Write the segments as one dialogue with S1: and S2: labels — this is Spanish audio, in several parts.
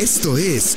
S1: Esto es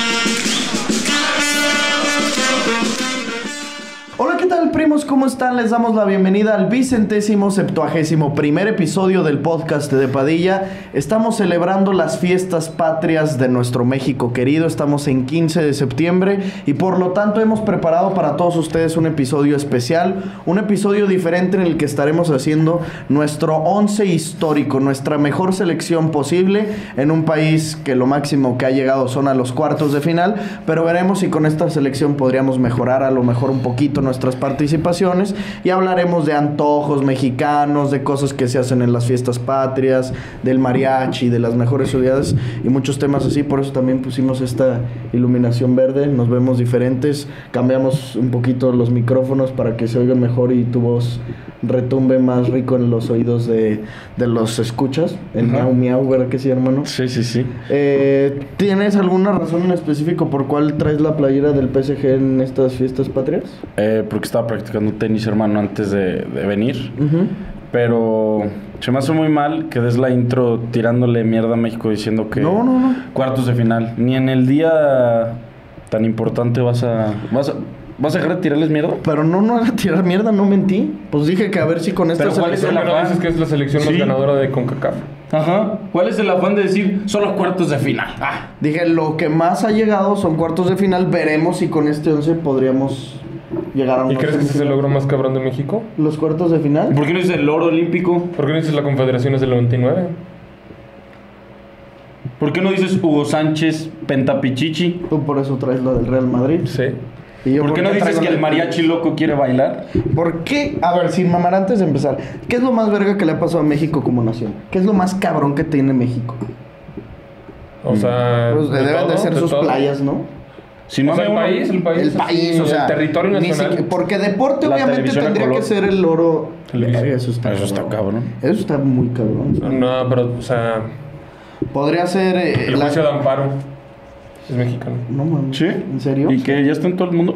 S2: Hola, ¿qué tal, primos? ¿Cómo están? Les damos la bienvenida al vicentésimo septuagésimo primer episodio del podcast de Padilla. Estamos celebrando las fiestas patrias de nuestro México querido. Estamos en 15 de septiembre y por lo tanto hemos preparado para todos ustedes un episodio especial, un episodio diferente en el que estaremos haciendo nuestro 11 histórico, nuestra mejor selección posible en un país que lo máximo que ha llegado son a los cuartos de final, pero veremos si con esta selección podríamos mejorar a lo mejor un poquito nuestras participaciones y hablaremos de antojos mexicanos, de cosas que se hacen en las fiestas patrias, del mariachi, de las mejores ciudades y muchos temas así. Por eso también pusimos esta iluminación verde. Nos vemos diferentes, cambiamos un poquito los micrófonos para que se oiga mejor y tu voz retumbe más rico en los oídos de, de los escuchas. El
S3: Ajá.
S2: miau miau, ¿verdad que sí, hermano?
S3: Sí, sí, sí.
S2: Eh, ¿Tienes alguna razón en específico por cuál traes la playera del PSG en estas fiestas patrias?
S3: Eh, porque estaba practicando tenis, hermano, antes de, de venir. Pero se me hace muy mal que des la intro tirándole mierda a México diciendo que...
S2: No, no, no.
S3: Cuartos de final. Ni en el día tan importante vas a... ¿Vas a, vas a dejar de tirarles mierda?
S2: Pero no, no era tirar mierda, no mentí. Pues dije que a ver si con esta
S4: Pero ¿cuál es el
S2: selección-
S3: afán?
S4: afán? Dices que es la selección
S3: Sí.
S4: más ganadora de CONCACAF.
S3: Ajá. ¿Cuál es el afán de decir son los cuartos de final? Ah.
S2: Dije, lo que más ha llegado son cuartos de final. Veremos si con este 11 podríamos llegar a un
S4: ¿Y crees que ese es el logro más cabrón de México?
S2: ¿Los cuartos de final?
S3: ¿Por qué no es el oro olímpico?
S4: ¿Por qué no dices la Confederación es del 99?
S3: ¿Por qué no dices Hugo Sánchez, Pentapichichi?
S2: Tú por eso traes la del Real Madrid.
S4: Sí.
S2: Y yo
S3: ¿Por qué no dices
S2: traigo
S3: que
S2: la-
S3: el mariachi loco quiere bailar?
S2: ¿Por qué? A ver, sin mamar, antes de empezar, ¿qué es lo más verga que le ha pasado a México como nación? ¿Qué es lo más cabrón que tiene México?
S4: O sea.
S2: Pues, deben de ser sus playas, ¿no?
S3: Si
S4: O sea, el
S3: me-
S4: país, el país.
S2: el
S4: así,
S2: país, o sea,
S4: El territorio
S2: ni
S4: nacional.
S2: siquiera- porque deporte
S3: La
S2: obviamente
S3: televisión a
S2: tendría
S3: color.
S2: que ser el oro.
S4: Televisión.
S2: Verga, Eso está,
S3: Eso está cabrón.
S2: Eso está muy cabrón.
S4: No, pero, o sea.
S2: Podría ser eh,
S4: El
S2: la-
S4: juicio de amparo es mexicano.
S2: No mames.
S3: ¿Sí?
S2: ¿En serio? Ah,
S3: ¿Y que ya está en todo el mundo?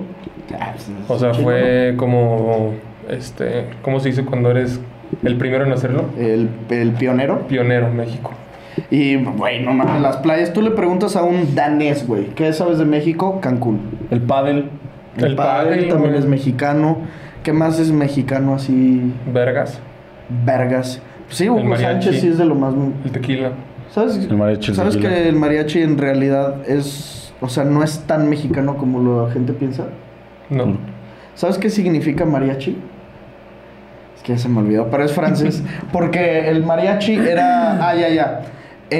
S4: O sea, fue como. Este. ¿Cómo se dice cuando eres el primero en hacerlo?
S2: El, el pionero.
S4: Pionero en México.
S2: Y, güey, no mames, las playas. Tú le preguntas a un danés, güey. ¿Qué sabes de México? Cancún.
S3: El pádel.
S2: pádel
S4: El pádel,
S2: también
S4: güey.
S2: es mexicano. ¿Qué más es mexicano así?
S4: Vergas.
S2: Vergas. Sí, Hugo
S4: mariachi.
S2: Sánchez sí es de lo más.
S4: El tequila.
S2: ¿Sabes?
S3: El mariachi, el
S2: ¿Sabes
S3: tequila.
S2: que el mariachi en realidad es. O sea, no es tan mexicano como la gente piensa? Mm.
S4: No.
S2: ¿Sabes qué significa mariachi? Es que ya se me olvidó, pero es francés. Porque el mariachi era. Ah, ya, ya.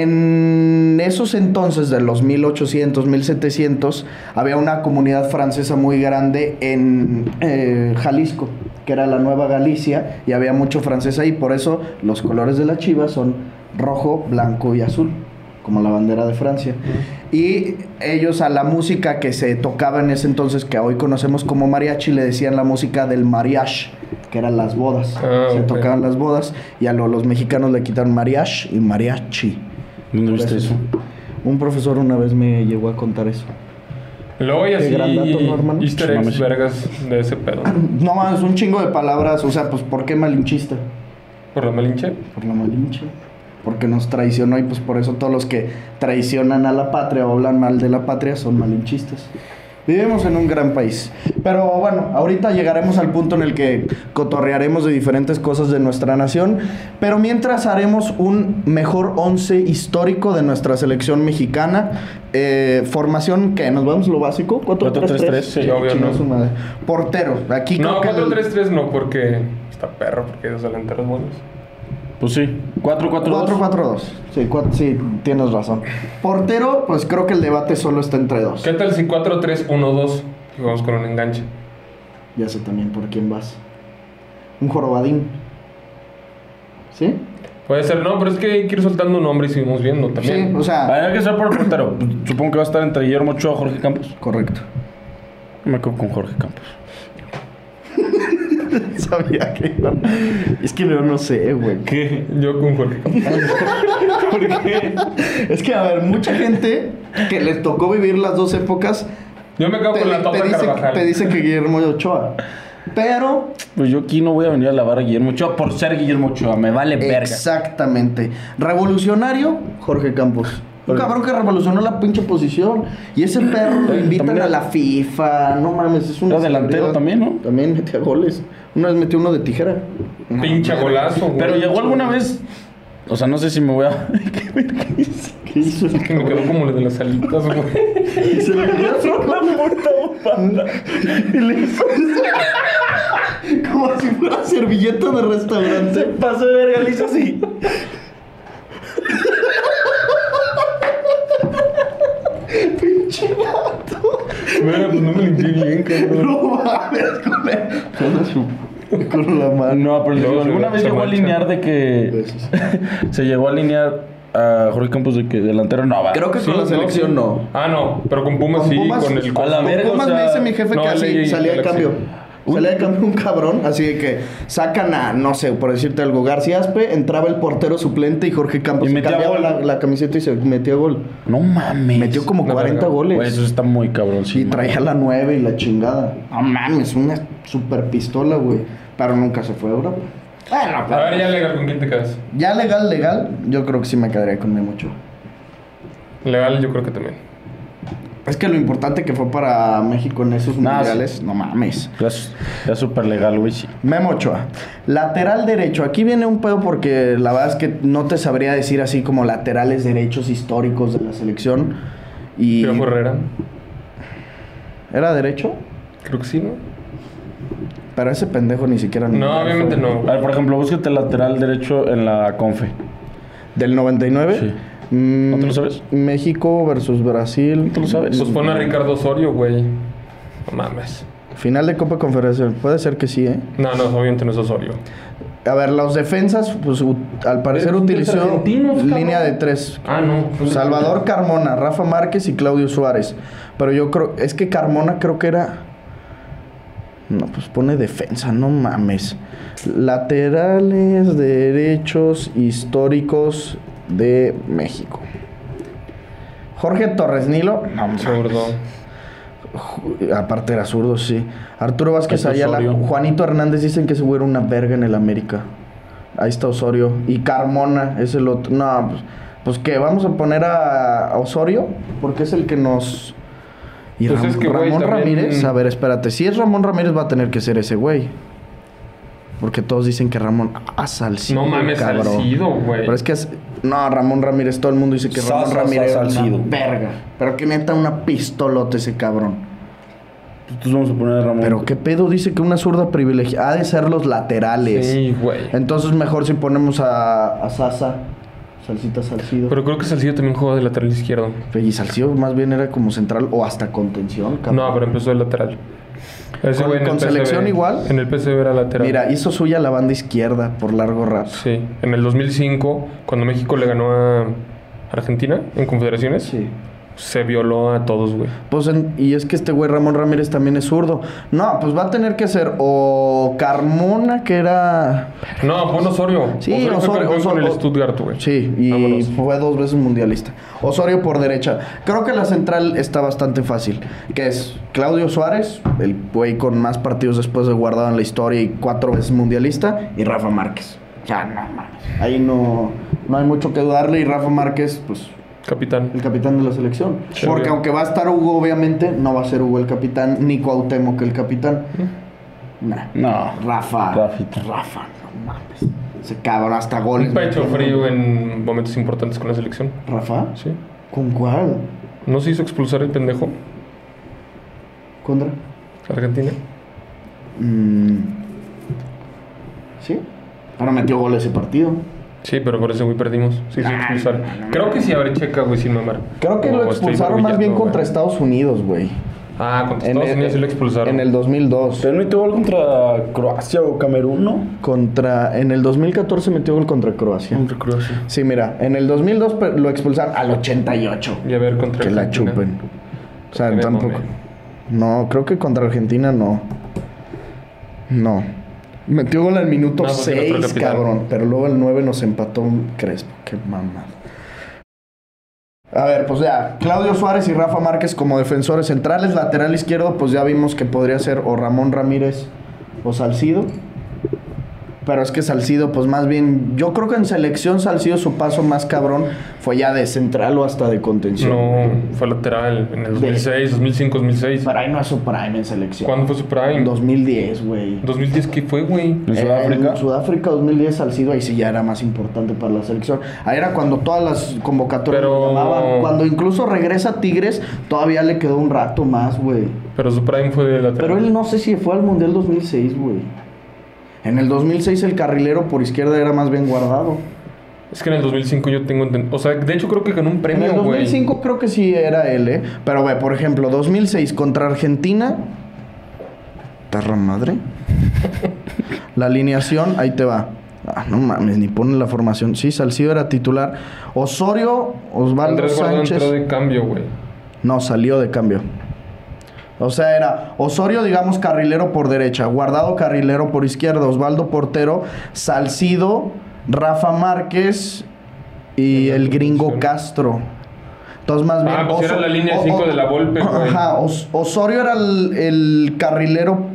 S2: En esos entonces de los 1800, 1700, había una comunidad francesa muy grande en eh, Jalisco, que era la Nueva Galicia, y había mucho francés ahí. Por eso los colores de la chiva son rojo, blanco y azul, como la bandera de Francia. Y ellos a la música que se tocaba en ese entonces, que hoy conocemos como mariachi, le decían la música del mariage, que eran las bodas.
S4: Ah,
S2: se
S4: ok.
S2: tocaban las bodas y a lo- los mexicanos le quitaron mariage y mariachi. Pues
S3: ¿Dónde viste Pues eso?
S2: Un profesor una vez me llegó a contar eso.
S4: Luego hay
S2: Qué
S4: así
S2: gran dato, ¿no, hermano?
S4: easter
S3: No
S4: eggs
S3: mames.
S4: vergas de ese pedo.
S2: No más, un chingo de palabras, o sea, pues ¿por qué malinchista?
S4: Por la malinche.
S2: Por la malinche. Porque nos traicionó y pues por eso todos los que traicionan a la patria o hablan mal de la patria son malinchistas. Vivimos en un gran país. Pero bueno, ahorita llegaremos al punto en el que cotorrearemos de diferentes cosas de nuestra nación. Pero mientras haremos un mejor once histórico de nuestra selección mexicana. Eh, formación que nos vamos lo básico. 4-3-3.
S3: 4-3-3,
S2: Sí,
S3: sí,
S4: obvio,
S2: chinga
S4: ¿no?
S2: su madre. Portero. Aquí
S4: No,
S2: creo que el-
S4: 4-3-3 no, porque está perro, porque hay dos delanteros buenos.
S3: Pues sí. 4-4-2.
S2: 4-4-2. Sí, cua- sí, tienes razón. Portero, pues creo que el debate solo está entre dos.
S4: ¿Qué tal si 4-3-1-2? Jugamos con un enganche.
S2: Ya sé también por quién vas. Un jorobadín. ¿Sí?
S4: Puede ser, no, pero es que hay que ir soltando un nombre y seguimos viendo también.
S2: Sí, o sea.
S3: Hay Ah, que ser por el portero. Pues, Supongo que va a estar entre Guillermo Ochoa y Jorge Campos.
S2: Correcto.
S3: Me quedo con Jorge Campos.
S2: Sabía que iba- Es que yo no sé, güey.
S3: ¿Qué?
S4: Yo con Jorge Campos.
S3: ¿Por qué?
S2: Es que, a ver, mucha gente que les tocó vivir las dos épocas
S4: Yo me quedo
S2: te,
S4: con la
S2: te
S4: topa
S2: dice,
S4: Carvajal.
S2: te dice que Guillermo Ochoa. Pero
S3: Pues yo aquí no voy a venir a lavar a Guillermo Ochoa por ser Guillermo Ochoa. Me vale verga.
S2: Exactamente. Revolucionario, Jorge Campos. Un cabrón que revolucionó la pinche posición. Y ese perro lo
S3: Eh,
S2: invitan
S3: también
S2: a
S3: era-
S2: la FIFA. No mames, es un.
S3: Era delantero también, ¿no?
S2: También metía goles. Una vez metió uno de tijera. No,
S4: Pinche
S2: madre.
S4: golazo, güey.
S3: Pero llegó alguna vez. O sea, no sé si me voy a.
S2: ¿Qué hizo el
S4: Que me quedó como lo de las alitas, güey.
S2: Y se le dio así con la puta Y le hizo así. Como si fuera servilleta de restaurante.
S3: Pasó de verga, le hizo así.
S2: Pinche gato.
S4: Mira, pues no me limpié bien, cabrón.
S2: No mames, con la- con su- Con la mano.
S3: No, pero les digo,
S4: Luego se
S3: alguna
S4: ve-
S3: vez
S4: se
S3: llegó a
S4: mancha.
S3: alinear de que. se llegó a alinear a Jorge Campos de que delantero no va.
S2: Creo que con la selección no.
S4: Ah, no, pero con Pumas
S2: Con
S4: sí,
S2: Pumas,
S4: con el
S3: a la
S2: Con
S3: verga,
S2: Pumas
S3: o sea,
S2: me dice mi jefe
S4: no,
S2: que
S4: el
S2: así
S4: Lee-
S2: salía de
S4: el
S2: cambio.
S4: Axel.
S2: Salía de cambio un cabrón, así de que sacan a, no sé, por decirte algo, García Aspe, entraba el portero suplente y Jorge Campos
S3: Y
S2: se
S3: metía
S2: cambiaba
S3: gol.
S2: la, la camiseta y se metía gol.
S3: No mames.
S2: Metió como
S4: Una
S2: 40
S4: verga.
S2: goles.
S3: Güey, eso está muy cabrón. sí,
S2: y
S3: man.
S2: traía la 9 y la chingada. No mames, una super pistola, güey. Pero nunca se fue a Europa. Bueno,
S4: A
S2: pero-
S4: ver, ya legal, ¿con quién te quedas?
S2: Ya legal, legal, yo creo que sí me quedaría con Memo Ochoa.
S4: Legal, yo creo que también.
S2: Es que lo importante que fue para México en esos
S3: Nah,
S2: mundiales, no mames.
S3: Ya es- ya es súper legal, güey, sí.
S2: Memo Ochoa. Lateral derecho. Aquí viene un pedo porque la verdad es que no te sabría decir así como laterales derechos históricos de la selección. Y
S4: Piojo Herrera.
S2: ¿Era derecho?
S4: Creo que sí, ¿no?
S2: Pero ese pendejo ni siquiera...
S4: No, obviamente no.
S3: A ver, por ejemplo, búsquete lateral derecho en la Confe.
S2: ¿Del 99?
S3: Sí.
S2: Mm,
S3: ¿No te lo sabes?
S2: México versus Brasil.
S3: ¿Tú lo sabes?
S4: Pues pon a Ricardo Osorio, güey. No mames.
S2: Final de Copa Conferencia. Puede ser que sí, ¿eh?
S4: No, no, obviamente no es Osorio.
S2: A ver, los defensas, pues u- al parecer
S3: Pero son tres
S2: utilizó
S3: argentinos, cabrón.
S2: línea de tres.
S4: Ah,
S2: pues
S4: no.
S2: Salvador Carmona, Rafa Márquez y Claudio Suárez. Pero yo creo, es que Carmona creo que era. No, pues pone defensa, no mames. Laterales, derechos históricos de México. Jorge Torres Nilo, no, mames.
S4: Zurdo.
S2: Ju- Eh, aparte era zurdo, sí. Arturo Vázquez
S3: Ahí está
S2: Ayala,
S3: Osorio.
S2: Juanito Hernández dicen que ese güey era una verga en el América. Ahí está Osorio. Y Carmona es el otro. No, pues, pues que vamos a poner a, a Osorio, porque es el que nos. Y
S4: Pues
S2: Ram-
S4: es que, güey,
S2: Ramón
S4: también- mm.
S2: Ramírez, a ver, espérate. Si es Ramón Ramírez, va a tener que ser ese güey. Porque todos dicen que Ramón. Ah, Salcido.
S4: No mames,
S2: cabrón.
S4: Salcido, güey.
S2: Pero es que es- no, Ramón Ramírez, todo el mundo dice que
S3: Sa-
S2: Ramón
S3: sa- sa-
S2: Ramírez era
S3: Salcido.
S2: una verga. Pero que neta una pistolote ese cabrón.
S3: Entonces vamos a poner a Ramón.
S2: Pero qué pedo dice que una zurda privilegiada. Ha de ser los laterales.
S4: Sí, güey.
S2: Entonces mejor si ponemos a, a Sasa. Salsita Salcido.
S4: Pero creo que Salcido también jugaba de lateral izquierdo.
S2: y Salcido más bien era como central o hasta contención, cabrón.
S4: No, pero empezó de lateral. Ese
S2: ¿Con-
S4: güey en el
S2: con
S4: PSV
S2: selección igual?
S4: En el PSV era lateral.
S2: Mira, hizo suya la banda izquierda por largo rato.
S4: Sí, en el 2005, cuando México le ganó a Argentina en confederaciones,
S2: Sí.
S4: se violó a todos, güey.
S2: Pues en- y es que este güey Ramón Ramírez también es zurdo. No, pues va a tener que ser o Carmona, que era.
S4: No, pon Osorio.
S2: Sí,
S4: Osorio, fue
S2: Osorio,
S4: campeón con el
S2: Osorio.
S4: Stuttgart, güey.
S2: Sí, y
S4: Vámonos.
S2: fue dos veces mundialista. Osorio por derecha. Creo que la central está bastante fácil. Que es Claudio Suárez, el güey con más partidos después de guardado en la historia y cuatro veces mundialista, y Rafa Márquez. Ya, no mames. Ahí no, no hay mucho que dudarle. Y Rafa Márquez, pues,
S4: Capitán.
S2: el capitán de la selección.
S4: Sí,
S2: Porque
S4: obvio.
S2: aunque va a estar Hugo, obviamente, no va a ser Hugo el capitán, ni Cuauhtémoc el capitán.
S4: ¿Mm?
S2: Nah.
S3: No.
S2: Rafa.
S3: Rafita.
S2: Rafa, no mames. Ese cabrón hasta goles.
S4: Un pecho
S2: metió.
S4: frío en momentos importantes con la selección.
S2: Rafa.
S4: Sí.
S2: ¿Con cuál?
S4: ¿No se hizo expulsar el pendejo?
S2: ¿Contra?
S4: Argentina.
S2: ¿Sí? Pero Mm. metió gol ese partido.
S4: Sí, pero por ese güey perdimos. Se hizo expulsar. Creo que sí, a ver, checa, güey, sin mamar.
S2: Creo que
S4: O
S2: lo
S4: estoy
S2: expulsaron más bien
S4: maravillando,
S2: contra
S4: güey.
S2: Estados Unidos, güey.
S4: Ah, contra Estados Unidos sí lo expulsaron.
S2: En el 2002.
S3: Pero no metió gol contra Croacia o Camerún, ¿no?
S2: Contra, en el 2014 metió gol contra Croacia.
S4: Contra Croacia.
S2: Sí, mira, en el 2002 pe- lo expulsaron al 88.
S4: Y a ver, contra
S2: Que la
S4: Argentina.
S2: chupen. O sea,
S4: Me
S2: tampoco.
S4: mamé.
S2: No, creo que contra Argentina no. No. Metió gol al minuto
S4: No, porque era otro
S2: 6,
S4: capitán.
S2: cabrón. Pero luego al 9 nos empató un Crespo. Qué mamada. A ver, pues ya, Claudio Suárez y Rafa Márquez como defensores centrales, lateral izquierdo, pues ya vimos que podría ser o Ramón Ramírez o Salcido. Pero es que Salcido, pues más bien, yo creo que en selección Salcido su paso más cabrón fue ya de central o hasta de contención.
S4: No, fue lateral en el 2006, 2005, 2006.
S2: Pero ahí no es su prime en selección.
S4: ¿Cuándo fue su prime?
S2: En 2010, güey.
S4: 2010, ¿qué fue, güey?
S3: ¿En
S2: Eh,
S3: Sudáfrica?
S2: En Sudáfrica 2010 Salcido ahí sí ya era más importante para la selección. Ahí era cuando todas las convocatorias
S4: Pero-
S2: lo llamaban. Cuando incluso regresa a Tigres, todavía le quedó un rato más, güey.
S4: Pero su prime fue de lateral.
S2: Pero él no sé si fue al Mundial 2006, güey. En el 2006 el carrilero por izquierda era más bien guardado.
S4: Es que en el 2005 yo tengo... enten- O sea, de hecho creo que ganó un
S2: En
S4: premio,
S2: el
S4: güey.
S2: 2005 creo que sí era él, ¿eh? Pero, güey, por ejemplo, 2006 contra Argentina. Perra madre. la alineación, ahí te va. Ah, no mames, ni pone la formación. Sí, Salcido era titular. Osorio, Osvaldo
S4: Andrés Guardado
S2: Sánchez.
S4: entró de cambio, güey.
S2: No, salió de cambio. O sea, era Osorio, digamos, carrilero por derecha, Guardado carrilero por izquierda, Osvaldo portero, Salcido, Rafa Márquez y el gringo Castro. Entonces, más bien.
S4: Ah, pues era
S2: Oso-
S4: la línea
S2: o-
S4: 5
S2: o-
S4: de la Volpe, güey.
S2: Ajá, Os- Osorio era el, el carrilero.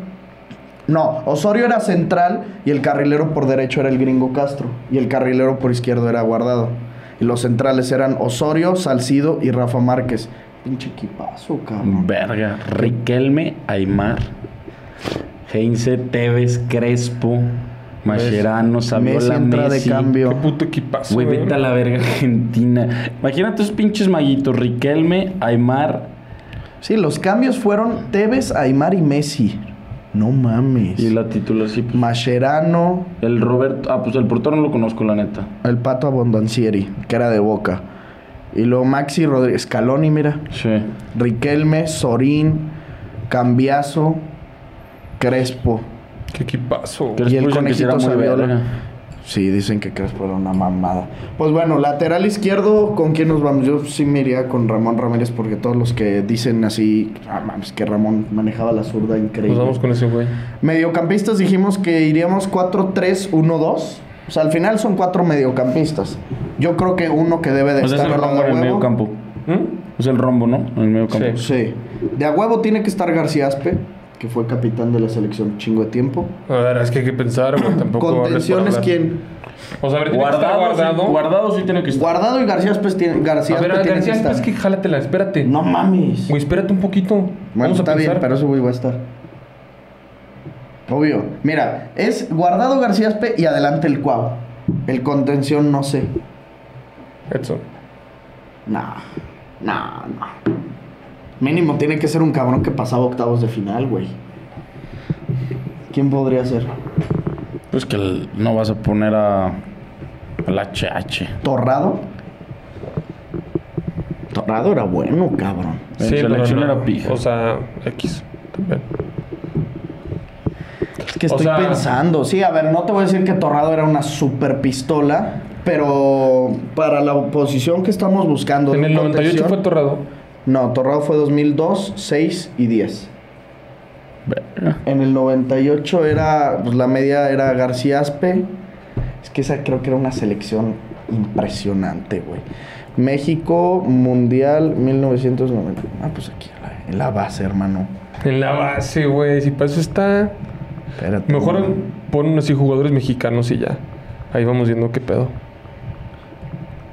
S2: No, Osorio era central y el carrilero por derecho era el gringo Castro. Y el carrilero por izquierdo era guardado. Y los centrales eran Osorio, Salcido y Rafa Márquez. Pinche equipazo, cabrón.
S3: Verga. Riquelme, Aymar, Heinze, Tevez, Crespo, Mascherano,
S2: Pues, Messi
S3: Saviola,
S2: entra
S3: Messi.
S2: de cambio.
S4: Qué puto equipazo,
S3: Güey, vete a la verga Argentina. Imagínate esos pinches maguitos. Riquelme, Aymar
S2: Sí, los cambios fueron Tevez, Aymar y Messi. No mames.
S3: y la titular sí. pues.
S2: Mascherano,
S3: El Roberto... Ah, pues el portero no lo conozco, la neta.
S2: el Pato Abondancieri, que era de Boca. Y luego Maxi Rodríguez, Scaloni, mira.
S3: Sí.
S2: Riquelme, Sorín, Cambiazo, Crespo.
S4: Qué equipazo. güey.
S2: Y el
S3: Crespo dicen que sí era
S2: conejito
S3: muy
S2: Saviola.
S3: verga.
S2: Sí, dicen que Crespo era una mamada. Pues bueno, lateral izquierdo, ¿con quién nos vamos? Yo sí me iría con Ramón Ramírez porque todos los que dicen así, ah, mames, que Ramón manejaba la zurda increíble.
S4: Nos vamos con ese, güey.
S2: Mediocampistas dijimos que iríamos 4-3-1-2. O sea, al final son cuatro mediocampistas. Yo creo que uno que debe de
S4: Pues
S3: O sea, es
S2: estar
S3: el
S2: a la
S3: rombo Pues en el
S2: huevo-
S3: medio campo.
S4: ¿Mm?
S3: Es el rombo, ¿no? En el medio campo.
S4: Sí.
S2: Sí. De a huevo tiene que estar García Aspe, que fue capitán de la selección chingo de tiempo.
S4: A ver, es que hay que pensar, güey. Tampoco hables por
S2: Contenciones,
S4: hablar.
S2: ¿quién?
S4: O sea, a ver, tiene que estar
S3: Guardado,
S4: guardado.
S3: Sí, guardado sí tiene que estar.
S2: Guardado y García Aspe tiene, García
S4: a ver,
S2: Aspe tiene
S4: García,
S2: que estar.
S4: es que jálatela, espérate.
S2: No mames.
S4: Güey, espérate un poquito.
S2: Bueno,
S4: Vamos a
S2: está bien,
S4: pensar.
S2: pero eso güey va a estar. Obvio. Mira, es Guardado García Aspe y adelante el Cuau. El contención, no sé.
S4: Edson.
S2: No, no, no. Mínimo tiene que ser un cabrón que pasaba octavos de final, güey. ¿Quién podría ser?
S3: Pues que el- no vas a poner a. Al HH.
S2: ¿Torrado? Torrado era bueno, cabrón.
S3: En
S4: pero
S3: selección
S4: no.
S3: era pija.
S4: O sea, X. También.
S2: Es que
S4: O
S2: estoy
S4: sea-
S2: pensando. Sí, a ver, no te voy a decir que Torrado era una super pistola, pero para la posición que estamos buscando.
S4: En
S2: de
S4: el 98
S2: contención-
S4: fue Torrado.
S2: No, Torrado fue 2002, 6 y 10.
S3: Verga.
S2: En el 98 era, pues la media era García Aspe. Es que esa creo que era una selección impresionante, güey. México, Mundial 1990. Ah, pues aquí, en la- en la base, hermano.
S4: En la base, güey. Si para eso está.
S2: Espérate.
S4: Mejor
S2: güey.
S4: ponen así jugadores mexicanos y ya. Ahí vamos viendo qué pedo.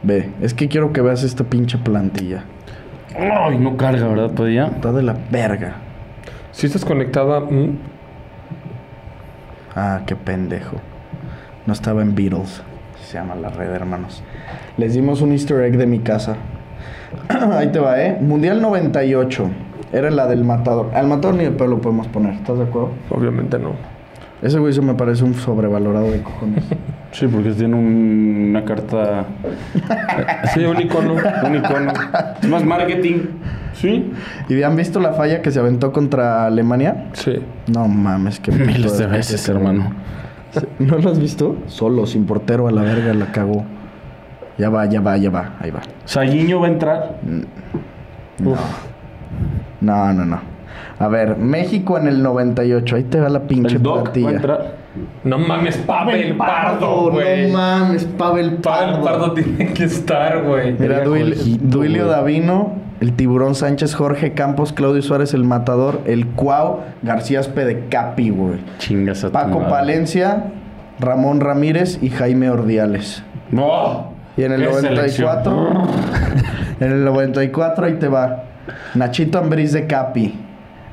S2: Ve, es que quiero que veas esta pinche plantilla.
S3: Ay, no carga, ¿verdad? Podía.
S2: Está de la verga.
S4: Si estás conectada. mm,
S2: Ah, qué pendejo. No estaba en Beatles. Se llama la red, hermanos. Les dimos un easter egg de mi casa. Ahí te va, ¿eh? Mundial 98. Era la del matador. Al matador ni de pelo lo podemos poner, ¿estás de acuerdo?
S4: obviamente no.
S2: Ese güey se me parece un sobrevalorado de cojones.
S3: Sí, porque tiene un- una carta.
S4: Sí, un icono.
S3: Un icono. es más marketing. Sí.
S2: ¿Y han visto la falla que se aventó contra Alemania?
S4: Sí.
S2: No mames, que
S3: Miles de veces, hermano.
S2: ¿No lo has visto? Solo, sin portero, a la verga, la cagó. Ya va, ya va, ya va, ahí va.
S3: Saguiño va a entrar.
S4: Uf.
S2: No, no, no. A ver, México en el 98. Ahí te va la pinche
S3: El Doc va a
S2: plantilla.
S3: entrar.
S4: No mames, Pavel Pardo,
S2: no
S4: güey.
S2: mames, Pavel Pardo.
S4: Pavel Pardo tiene que estar, güey.
S2: Mira,
S3: Verga,
S2: Duil-
S3: Jorgito,
S2: Duilio
S3: güey.
S2: Davino, el Tiburón Sánchez, Jorge Campos, Claudio Suárez, el Matador, el Cuau, García Pedecapi, güey.
S3: Chingas a tu
S2: Paco
S3: madre.
S2: Palencia, Ramón Ramírez y Jaime Ordiales.
S3: ¡No!
S2: Y en el
S4: Qué
S2: 94, en el 94 ahí te va. Nachito Ambriz de Capi,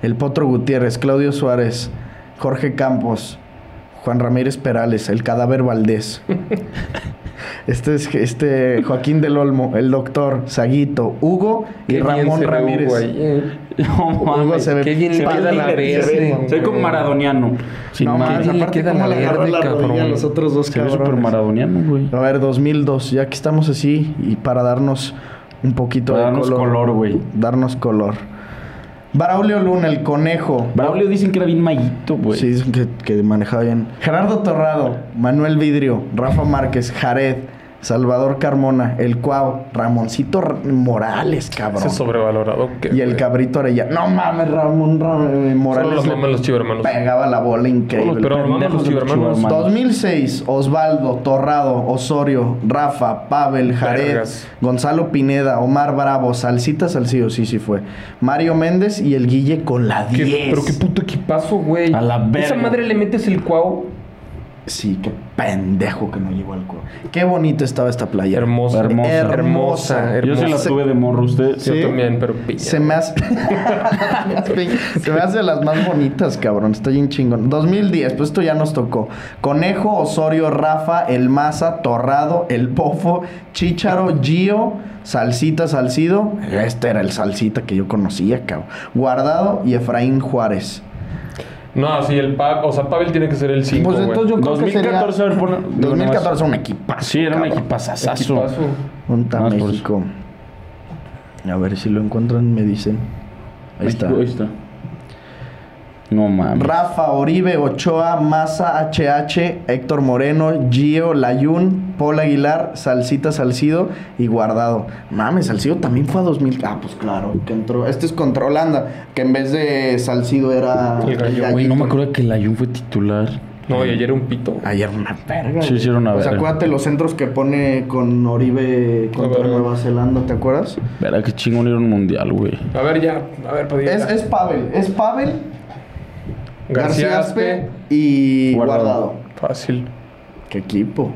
S2: el Potro Gutiérrez, Claudio Suárez, Jorge Campos, Juan Ramírez Perales, el Cadáver Valdés. Este es este Joaquín del Olmo, el doctor Saguito, Hugo y
S4: Qué bien
S2: Ramón
S4: se ve
S2: Ramírez.
S4: Hugo ahí, eh.
S3: No mames.
S2: se ve-
S4: Qué bien
S2: se
S4: le
S2: ve
S4: queda la
S2: líder, se ve,
S4: verde.
S2: güey.
S3: Soy como maradoniano. Sin
S2: No
S3: más.
S2: mames,
S4: bien le
S2: aparte
S4: queda
S2: cómo le
S4: la
S2: agarró la
S4: verde,
S2: rodilla a
S4: cabrón.
S2: los otros dos
S3: Se ve
S2: cabrones.
S3: súper maradoniano, güey.
S2: A ver, 2002, ya que estamos así y para darnos un poquito
S3: Para
S2: de
S3: darnos
S2: color.
S3: color, güey.
S2: Darnos color. Braulio Luna, el conejo.
S3: Braulio dicen que era bien mallito, güey.
S2: Sí, dicen que, que manejaba bien. Gerardo Torrado, Manuel Vidrio, Rafa Márquez, Jared, Salvador Carmona, el Cuau, Ramoncito R- Morales, cabrón.
S4: Ese sobrevalorado. que,
S2: y el
S4: güey.
S2: cabrito Arellano. No mames, Ramón, Ra- eh,
S4: Solo
S2: Morales.
S4: los
S2: le
S4: maman los chivermanos.
S2: Pegaba la bola increíble.
S4: Pero
S3: Pendejos
S4: maman los
S3: de
S4: chivermanos.
S3: Chivermanos.
S2: 2006, Osvaldo, Torrado, Osorio, Rafa, Pavel, Jared,
S4: Vergas.
S2: Gonzalo Pineda, Omar Bravo, Salsita Salcido, sí, sí fue. Mario Méndez y el Guille con la
S4: Qué-
S2: 10.
S4: Pero qué puto equipazo, güey.
S3: A la
S4: Esa
S3: verga.
S4: madre le metes el cuau.
S2: Sí, qué pendejo que no llegó al cuadro. Qué bonito estaba esta playa.
S4: Hermosa.
S3: Hermosa.
S4: Hermosa.
S3: Yo se la
S4: hermosa.
S3: tuve de morro, usted.
S2: Sí.
S4: Yo también, pero pilla.
S2: Se me hace. se me hace las más bonitas, cabrón. Está bien chingón. 2010, pues esto ya nos tocó. Conejo, Osorio, Rafa, El Maza, Torrado, El Pofo, Chícharo, Gio, Salsita, Salcido. Este era el Salsita que yo conocía, cabrón. Guardado y Efraín Juárez.
S4: No, sí, el Pavel. O sea, Pavel tiene que ser el 5.
S2: Pues entonces yo creo que
S3: 2014, a ver,
S2: sería...
S3: pon- digo,
S2: 2014 un equipazo.
S3: Sí, era un
S2: cabrón.
S3: equipazazazo.
S2: Junta
S3: Nada más por
S2: México. A ver si lo encuentran, me dicen. Ahí está.
S3: Ahí está. No mames.
S2: Rafa, Oribe, Ochoa, Maza, HH, Héctor Moreno, Gio, Layun, Paul Aguilar, Salsita, Salcido y Guardado. Mames, Salcido también fue a 2000. Ah, pues claro, que entró. Este es contra Holanda, que en vez de Salcido era.
S4: El gallo,
S2: el
S3: Güey, no me
S2: gallito.
S3: acuerdo que el Ayun fue titular.
S4: No, y ayer un pito.
S2: Ayer una verga.
S3: Sí, sí, era una
S2: Pues
S3: verga.
S2: acuérdate los centros que pone con Oribe contra
S4: verga.
S2: Nueva Zelanda, ¿te acuerdas?
S3: Verá que chingón era un mundial, güey.
S4: A ver, ya. A ver, Padilla.
S2: Es, es Pavel, es Pavel, García Aspe y Guardado.
S3: Guardado.
S4: Fácil.
S2: ¿Qué equipo?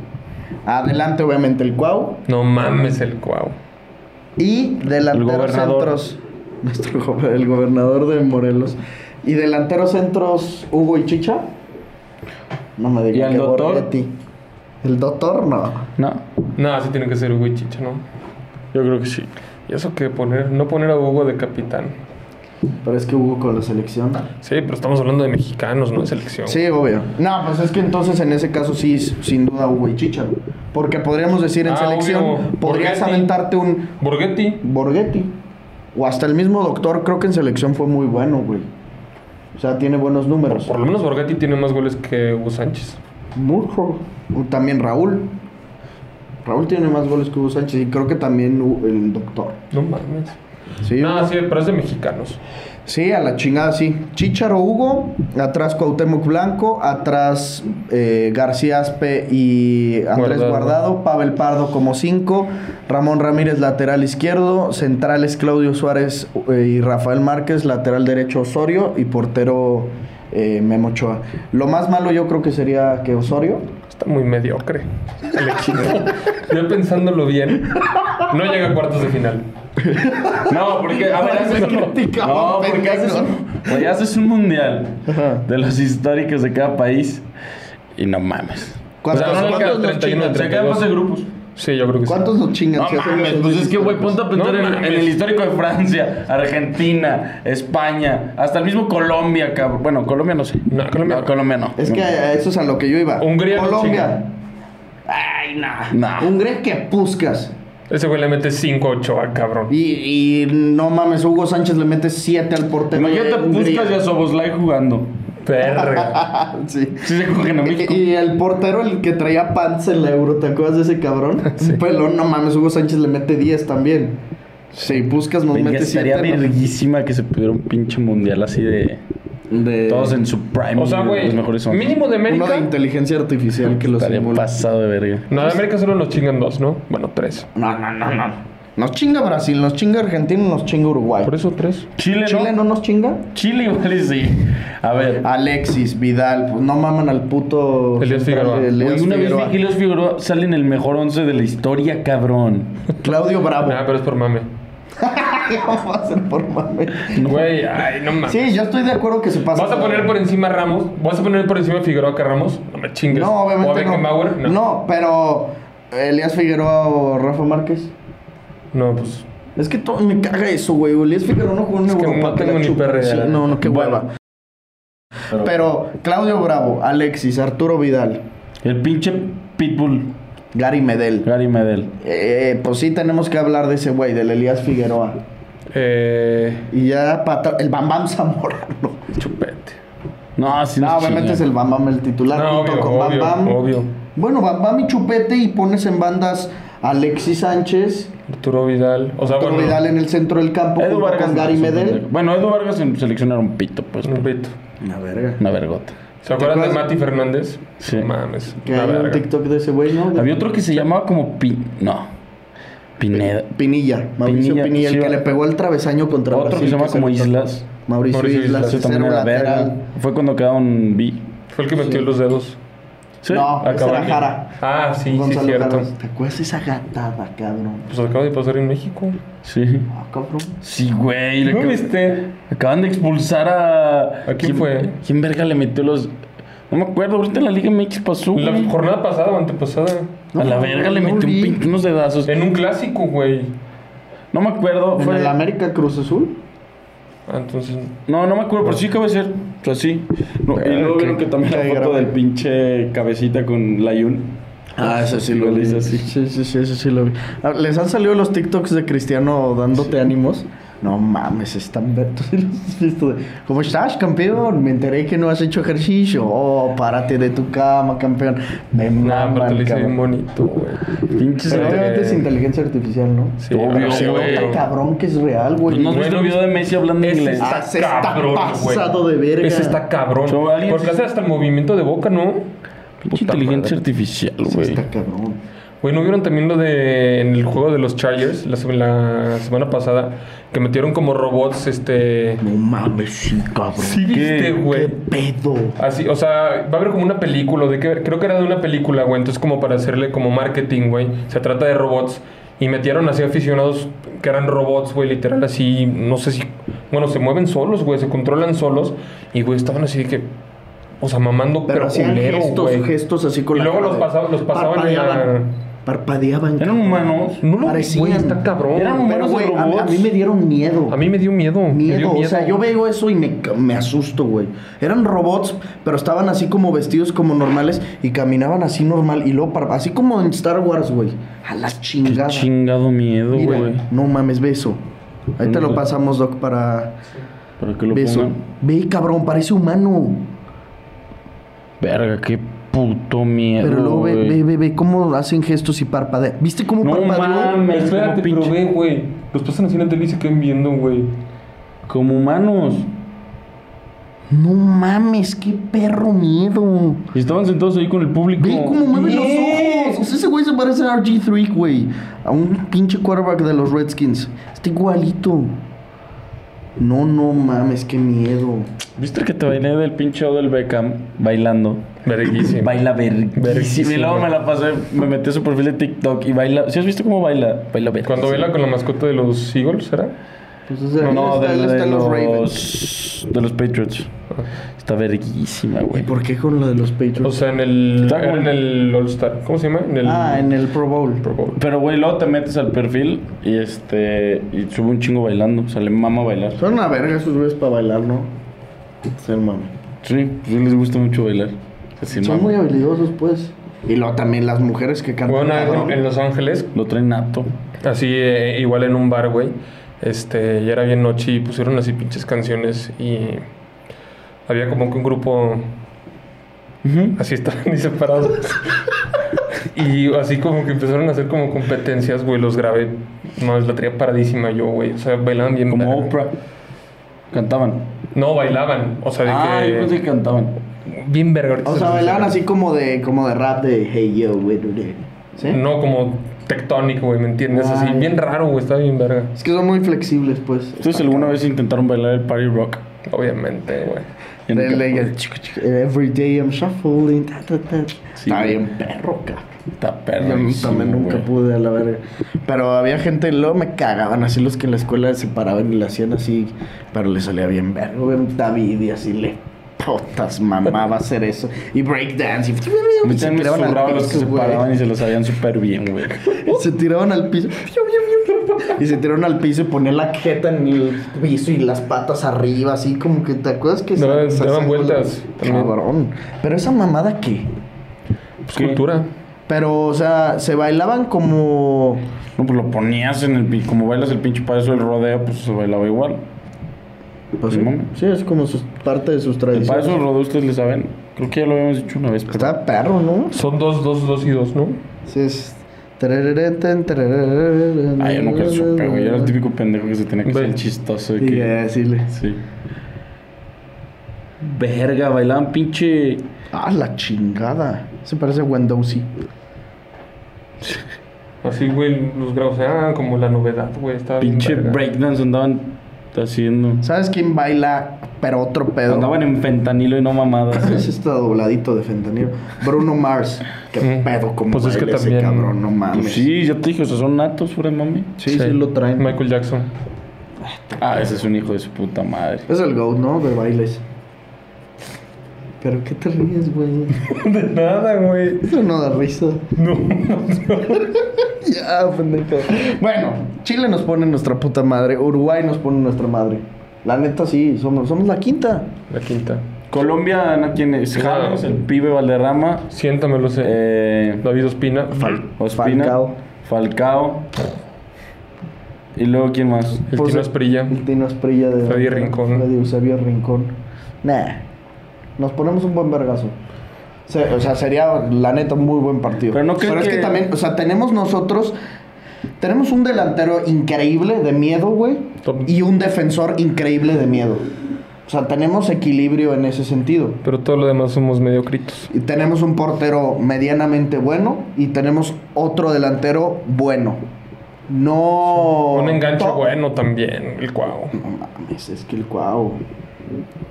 S2: Adelante, obviamente, el Cuau.
S4: No mames el cuau.
S2: Y delanteros
S3: gobernador.
S2: centros. Nuestro gober- el gobernador de Morelos. Y delanteros centros, Hugo y Chicha. No me
S3: ¿Y
S2: digas
S3: al
S2: que
S3: doctor?
S2: Borghetti. El doctor no.
S3: No,
S4: No, sí tiene que ser Hugo y Chicha, ¿no?
S3: yo creo que sí.
S4: Y eso que poner, no poner a Hugo de capitán.
S2: Pero es que Hugo con la selección.
S4: Sí, pero estamos hablando de mexicanos, no de selección.
S2: Sí, obvio. No, pues es que entonces en ese caso sí, s- sin duda Hugo y Chicha. Porque podríamos decir en
S4: Ah,
S2: selección,
S4: obvio.
S2: podrías
S4: Borghetti.
S2: aventarte un
S4: Borghetti.
S2: Borghetti. O hasta el mismo doctor, creo que en selección fue muy bueno, güey. O sea, tiene buenos números.
S4: Por lo menos Borghetti tiene más goles que Hugo Sánchez.
S2: Mucho. O También Raúl. Raúl tiene más goles que Hugo Sánchez y creo que también u- el doctor.
S4: No mames.
S2: Sí,
S4: No,
S2: ¿no?
S4: Ah, sí, pero es de mexicanos.
S2: Sí, a la chingada, sí. Chicharo Hugo, atrás Cuauhtémoc Blanco, atrás eh, García Aspe y Andrés
S4: Guardado.
S2: Guardado. Pavel Pardo como 5, Ramón Ramírez lateral izquierdo, centrales Claudio Suárez eh, y Rafael Márquez, lateral derecho Osorio y portero eh, Memo Ochoa. Lo más malo yo creo que sería que Osorio.
S4: Está muy mediocre. El equipo. Yo pensándolo bien, no llega a cuartos de final. No, porque, a ver, haces uno.
S3: No, porque haces un, oye, haces un mundial
S2: Ajá.
S3: de los históricos de cada país y no mames.
S2: ¿Cuántos,
S4: O sea, no le
S2: cuántos
S4: queda
S2: los
S4: 31
S2: chingan?
S4: entre-
S3: Se quedan más de grupos.
S4: Sí, yo creo que sí.
S2: ¿Cuántos los chingan?
S3: No
S2: Si hacen
S3: mames,
S2: esos
S3: pues es que, güey,
S2: históricos.
S3: ponte a pensar
S4: No
S3: en,
S4: mames.
S3: en el histórico de Francia, Argentina, España, hasta el mismo Colombia, cabrón. Bueno, Colombia no sé.
S4: No, Colombia no.
S3: Colombia no.
S2: Es que a eso es a lo que yo iba.
S4: Hungría los
S2: Colombia.
S4: chingan.
S2: Ay, nah.
S3: Nah.
S2: Hungría que puscas.
S4: Ese güey le mete 5 a Ochoa, cabrón.
S2: Y, y no mames, Hugo Sánchez le mete 7 al portero.
S3: Imagínate a
S2: de Hungría.
S3: Puskas y a Soboslai jugando.
S4: Verga.
S2: Sí.
S3: Sí se cogen a México.
S2: Y, y el portero, el que traía panza en la Euro, ¿te acuerdas de ese cabrón? Un pelón, no mames, Hugo Sánchez le mete 10 también. Sí, Puscas nos
S3: Venga,
S2: mete
S3: estaría
S2: 7.
S3: verguísima que se pudiera un pinche mundial así de... Todos en su prime.
S4: O sea, güey,
S3: Los mejores son.
S4: mínimo de
S2: Uno de
S4: América.
S2: inteligencia artificial que lo
S3: Estaría
S2: simula.
S3: pasado de verga.
S4: No, de América solo nos chingan dos, ¿no? Bueno, tres.
S2: No, no, no, no. Nos chinga Brasil, nos chinga Argentina, nos chinga Uruguay.
S4: Por eso tres.
S3: Chile,
S2: ¿Chile
S3: no.
S2: no nos chinga?
S3: Chile igual y sí. A ver.
S2: Alexis, Vidal, pues no maman al puto.
S4: Elías
S2: central,
S4: Figueroa.
S2: Elías
S3: Oye, una
S2: Figueroa.
S3: vez vi que Elios Figueroa sale en el mejor once de la historia, cabrón.
S2: Claudio Bravo.
S4: Ah, pero es por mame.
S2: ¿Cómo va a ser por mame?
S4: Güey, ay, no mames.
S2: Sí, yo estoy de acuerdo que se pasa.
S4: ¿Vas a poner por encima a Ramos? ¿Vas a poner por encima a Figueroa que a Ramos? No me chingues.
S2: No,
S4: ¿O a
S2: obviamente.
S4: Beckenbauer?
S2: No. no, pero. Elías Figueroa o Rafa Márquez.
S4: No, pues.
S2: Es que todo me caga eso, güey. Elías Figueroa no jugó en
S4: Es que
S2: Europa.
S4: no
S2: que la
S4: tengo ni
S2: chupa.
S4: perra idea.
S2: Sí, no, no, qué hueva.
S3: Pero,
S2: Pero Claudio Bravo, Alexis, Arturo Vidal,
S3: el pinche Pitbull,
S2: Gary Medel.
S3: Gary Medel.
S2: Eh, pues sí tenemos que hablar de ese güey, del Elías Figueroa.
S4: Eh.
S2: Y ya para el Bam Bam Zamorano.
S4: Chupete.
S3: No, sí
S2: No,
S3: nos
S2: Ah, obviamente
S3: chingan.
S2: es el Bam Bam el titular
S4: No,
S2: junto
S4: obvio,
S2: con Bam
S4: obvio,
S2: Bam.
S4: obvio.
S2: Bueno, Bam Bam y Chupete y pones en bandas a Alexis Sánchez,
S4: Arturo Vidal. O sea,
S2: Arturo
S4: Ah, bueno.
S2: Vidal en el centro del campo
S3: Edu
S2: junto
S3: Vargas.
S2: con Gary
S3: no,
S2: Medel.
S3: Bueno, Edu Vargas en- seleccionaron un pito, pues.
S4: Un pito.
S2: Una verga.
S3: Una vergota.
S4: ¿Se acuerdan de
S2: acuerdas?
S4: Mati Fernández?
S3: Sí.
S4: No mames.
S2: Que
S4: una
S2: hay un
S4: verga.
S2: TikTok de ese güey, ¿no? De-
S3: Había otro que se llamaba como Pin... No. Pineda.
S2: Pinilla, Mauricio Pinilla,
S3: Pinilla,
S2: el
S3: sí,
S2: que
S3: va.
S2: le pegó el travesaño contra
S3: Otro que
S2: Brasil,
S3: se llamaba como
S2: aventó.
S3: Islas.
S2: Mauricio,
S4: Mauricio
S2: Islas,
S4: Islas,
S3: Eso
S2: ese
S3: también
S2: era
S3: era
S2: lateral.
S3: verga. Fue cuando quedaron bi.
S4: Fue el que metió los dedos.
S3: Sí.
S2: No,
S4: a
S2: ese era
S4: Cavani.
S2: Jara.
S4: Ah, sí,
S2: Gonzalo
S4: sí, cierto.
S2: Jara. ¿Te acuerdas de esa gatada, cabrón?
S4: Pues acaba de pasar en México.
S3: Sí.
S2: Ah, cabrón.
S3: Sí, güey. le
S4: ¿No
S3: acab-
S4: viste?
S3: Acaban de expulsar a.
S4: quién fue?
S3: ¿Quién verga le metió los.? No me acuerdo, ahorita en la Liga MX pasó.
S4: La
S3: güey.
S4: jornada pasada o antepasada.
S3: a la
S2: No,
S3: verga le
S2: no
S3: metió
S2: vi.
S3: un pin, unos dedazos.
S4: En un clásico, güey.
S3: No me acuerdo.
S2: ¿En
S3: Fue...
S2: el América Cruz Azul?
S4: Ah, entonces.
S3: No, no me acuerdo, pero sí acaba de ser. O sea, sí. No, y
S4: Verga,
S3: luego vieron
S4: qué-
S3: que también
S2: qué
S3: la foto
S2: grave.
S3: del pinche cabecita con la Yun.
S2: Ah, eso sí lo
S3: Igual
S2: vi.
S3: hizo
S2: Sí,
S3: así.
S2: sí, sí, eso sí lo vi. Ah, ¿Les han salido los TikToks de Cristiano dándote ánimos? No mames, están vertos. ¿Cómo estás, campeón? Me enteré que no has hecho ejercicio. Oh, párate de tu cama, campeón. Me
S4: Nah, pero te lo
S2: maman,
S4: hice bien
S2: cabrón.
S4: bonito, güey.
S3: Pinche
S2: Pero
S4: Este-
S2: obviamente es inteligencia artificial, ¿no?
S4: Sí,
S3: Obvio,
S2: Se
S3: güey.
S2: nota, cabrón, que es real, güey.
S3: Pues, ¿No has
S4: Bueno,
S3: visto el video de Messi hablando
S4: ese
S3: inglés?
S4: está
S2: Ah, se está
S4: cabrón, güey.
S2: pasado de verga.
S4: Ese está cabrón.
S3: Yo, alguien-
S4: Porque hace hasta el movimiento de boca, ¿no?
S3: Pinche
S4: Puta
S3: inteligencia
S4: madre.
S3: artificial,
S2: Sí,
S3: güey.
S2: está cabrón.
S4: Güey, ¿no vieron también lo de en el juego de los Chargers la, se- la semana pasada? Que metieron como robots, este.
S2: No mames, sí, cabrón.
S4: Sí, viste,
S2: ¿Qué
S4: güey.
S2: pedo?
S4: Así, o sea, va a haber como una película, de que, creo que era de una película, güey, entonces como para hacerle como marketing, güey, se trata de robots y metieron así aficionados que eran robots, güey, literal así, no sé si, bueno, se mueven solos, güey, se controlan solos y, güey, estaban así de que, o sea, mamando,
S2: Pero
S4: pero,
S2: hacían
S4: culero,
S2: gestos,
S4: güey.
S2: gestos así con
S4: Y
S2: la
S4: luego
S2: cara
S4: los
S2: de-
S4: pasaban- los pasaban en la-
S2: parpadeaban, parpadeaban.
S3: Eran
S2: cabrón.
S3: humanos.
S4: No lo
S2: Parecían.
S4: güey, está cabrón.
S3: Eran
S2: Pero,
S3: humanos de
S2: güey, a,
S3: robots.
S2: a mí me dieron miedo.
S4: A mí me dio miedo. me
S2: Miedo,
S4: dio
S2: o sea, yo veo eso y me, ca- me asusto, güey. Eran robots, pero estaban así como vestidos como normales y caminaban así normal. Y luego, par- así como en Star Wars, güey. A las
S3: Qué
S2: chingadas.
S3: chingado miedo,
S2: Mira,
S3: güey.
S2: no mames, beso. Ahí te lo pasamos, Doc, para
S3: Para que lo
S2: beso.
S3: pongan.
S2: Ve, cabrón, parece humano.
S3: Verga, qué puto miedo.
S2: Pero luego ve,
S3: güey.
S2: ve, ve, ve cómo hacen gestos y parpadea. ¿Viste cómo
S3: No
S2: parpadeó?
S3: mames.
S4: Espérate,
S3: como
S4: pero
S3: pinche-
S4: ve, güey, los pasan así en la tele y se quedan viendo, güey.
S3: Como humanos.
S2: No mames, qué perro miedo.
S3: Y estaban sentados ahí con el público.
S2: Ve cómo mueve los
S4: Bien.
S2: ojos. O sea, ese güey se parece a RG3, güey. A un pinche quarterback de los Redskins. Está igualito. No, no mames, qué miedo.
S3: ¿Viste que te bailé del pinche del Beckham bailando?
S4: Verguísimo.
S3: Baila verguísima.
S4: Verguísima.
S3: Y luego me la pasé, me metí a su perfil de TikTok y baila. ¿Sí has visto cómo baila? Baila verguísima.
S4: Cuando baila con la mascota de los Eagles, ¿será?
S2: Pues, o sea,
S3: No, no,
S2: él está-
S3: de,
S2: él
S3: de
S2: está en
S3: los,
S2: Ravens.
S3: de los Patriots. Está verguísima,
S2: ¿Y
S3: güey.
S2: por qué con lo de los
S4: O
S2: Patriots?
S4: sea, en el,
S3: Está
S4: era
S3: como-
S4: en el All Star. ¿Cómo se llama? En el
S2: ah, en el Pro Bowl.
S4: Pro Bowl.
S3: Pero, güey, luego te metes al perfil y este. Y sube un chingo bailando. O sea, le mama bailar.
S2: Son una verga esos güeyes para bailar, ¿no? Este Ser mami.
S3: Sí, sí les gusta mucho bailar. Así,
S2: Son
S3: mama.
S2: muy habilidosos, pues. Y luego también las mujeres que cantan.
S4: Bueno,
S2: cabrón.
S4: en, en Los Ángeles,
S3: Lo traen nato.
S4: así eh, igual en un bar, güey. Este, ya era bien noche y pusieron así pinches canciones y había como que un grupo así estaban y separados. y así como que empezaron a hacer como competencias, güey, los grabé. No, es la tenía paradísima yo, güey. O sea, bailaban bien.
S3: Como
S4: verga.
S3: Oprah. Cantaban.
S4: No, bailaban. O sea, de
S3: ah,
S4: que
S3: yo pensé que cantaban.
S4: bien verga. ahorita
S2: O
S4: se
S2: sea,
S4: los
S2: bailaban
S4: enseño.
S2: así como de, como de rap de hey yo, güey. dude". ¿Sí?
S4: No como tectónico, güey, ¿me entiendes?
S2: Ah,
S4: Así,
S2: ya.
S4: bien raro, güey, está bien verga.
S2: Es que son muy flexibles, pues.
S3: ¿Ustedes alguna vez intentaron bailar el party rock?
S4: Obviamente, güey.
S3: Yo nunca
S2: Dale,
S3: pude.
S2: ya, chico, chico, Every day I'm shuffling. ta, ta, ta.
S3: Sí,
S2: Está
S3: güey.
S2: bien perro, cabrón.
S3: Está
S2: Yo
S3: perrísimo,
S2: también nunca
S3: güey.
S2: pude, a la verga. Pero había gente, luego me cagaban así los que en la escuela se paraban y le hacían así, pero le salía bien vergo, bien David y así le potas mamaba hacer eso. Y breakdance y
S3: A mí también me
S2: tiraban al
S3: zurraban los que
S2: piso,
S3: se
S2: güey.
S3: paraban y se lo sabían súper bien, güey.
S2: Y se tiraban al piso. Y se tiraron al piso y ponían la jeta en el piso y las patas arriba, así como que te acuerdas que
S4: Daban-
S2: se- se
S4: daban
S2: hacían
S4: vueltas
S2: con la-
S4: también.
S2: Cabrón. Pero esa mamada qué?
S4: Pues
S3: ¿Qué?
S4: cultura.
S2: Pero, o sea, se bailaban como.
S3: No, pues lo ponías en el... pi- Como bailas el pinche payaso del rodeo, pues se bailaba igual.
S2: Pues sí,
S3: Simón.
S2: sí, es como sus- parte de sus
S3: El
S2: tradiciones.
S3: payaso del rodeo ustedes le saben. Creo que ya lo habíamos dicho una vez. pero-
S2: Está perro, ¿no?
S4: Son dos, dos, dos y dos, ¿no?
S2: Sí, es... tererereten, tererereten.
S3: Ay, Ah, yo nunca supe, güey. Yo era el típico pendejo que se tenía que hacer el chistoso. de
S2: Y que
S3: que...
S2: decirle,
S3: Sí. Verga, bailaban pinche...
S2: ah, la chingada. Se parece a Wendowsi.
S4: Así, güey, los grados. Ah, como la novedad, güey. Está bien
S3: Pinche
S4: verga.
S3: breakdance andaban haciendo.
S2: ¿Sabes quién baila, pero otro pedo?
S3: Andaban en fentanilo y no mamadas.
S2: Ese está dobladito de fentanilo. Bruno Mars. Qué
S4: Mm.
S2: pedo como
S4: Pues es que
S2: baila ese
S4: también-
S2: cabrón, no mames.
S3: Pues sí, ya te dije, o sea, son natos, fuera de mami.
S2: sí, sí lo traen.
S4: Michael Jackson.
S3: Ah, ese es un hijo de su puta madre.
S2: Es el GOAT, ¿no? De bailes. ¿Pero qué te ríes, güey?
S4: De nada, güey.
S2: Eso no da risa.
S4: No.
S2: Ya, pendejo. Bueno, Chile nos pone nuestra puta madre. Uruguay nos pone nuestra madre. La neta, sí, somos, somos la quinta.
S4: La quinta.
S3: Colombia, ¿no? ¿quién es?
S4: Claro.
S3: James, el pibe Valderrama.
S4: Siéntame, lo sé.
S3: Eh,
S4: David Ospina.
S3: Ospina.
S2: Falcao.
S3: Falcao. Y luego, ¿quién más?
S4: El
S2: Pues,
S4: Tino Esprilla.
S2: El Tino Esprilla de.
S4: Freddy Rincón.
S2: Freddy Eusebio Rincón. Nah. Nos ponemos un buen vergazo. Se- o sea, sería, la neta, un muy buen partido.
S3: Pero no creen
S2: es que
S3: que-
S2: también, o sea, tenemos nosotros. Tenemos un delantero increíble de miedo, güey.
S4: Tom-
S2: Y un defensor increíble de miedo. O sea, tenemos equilibrio en ese sentido.
S4: Pero todo lo demás somos mediocritos.
S2: Y tenemos un portero medianamente bueno y tenemos otro delantero bueno. No.
S4: Un enganche
S2: top.
S4: bueno también, el cuau.
S2: No mames, es que el cuau.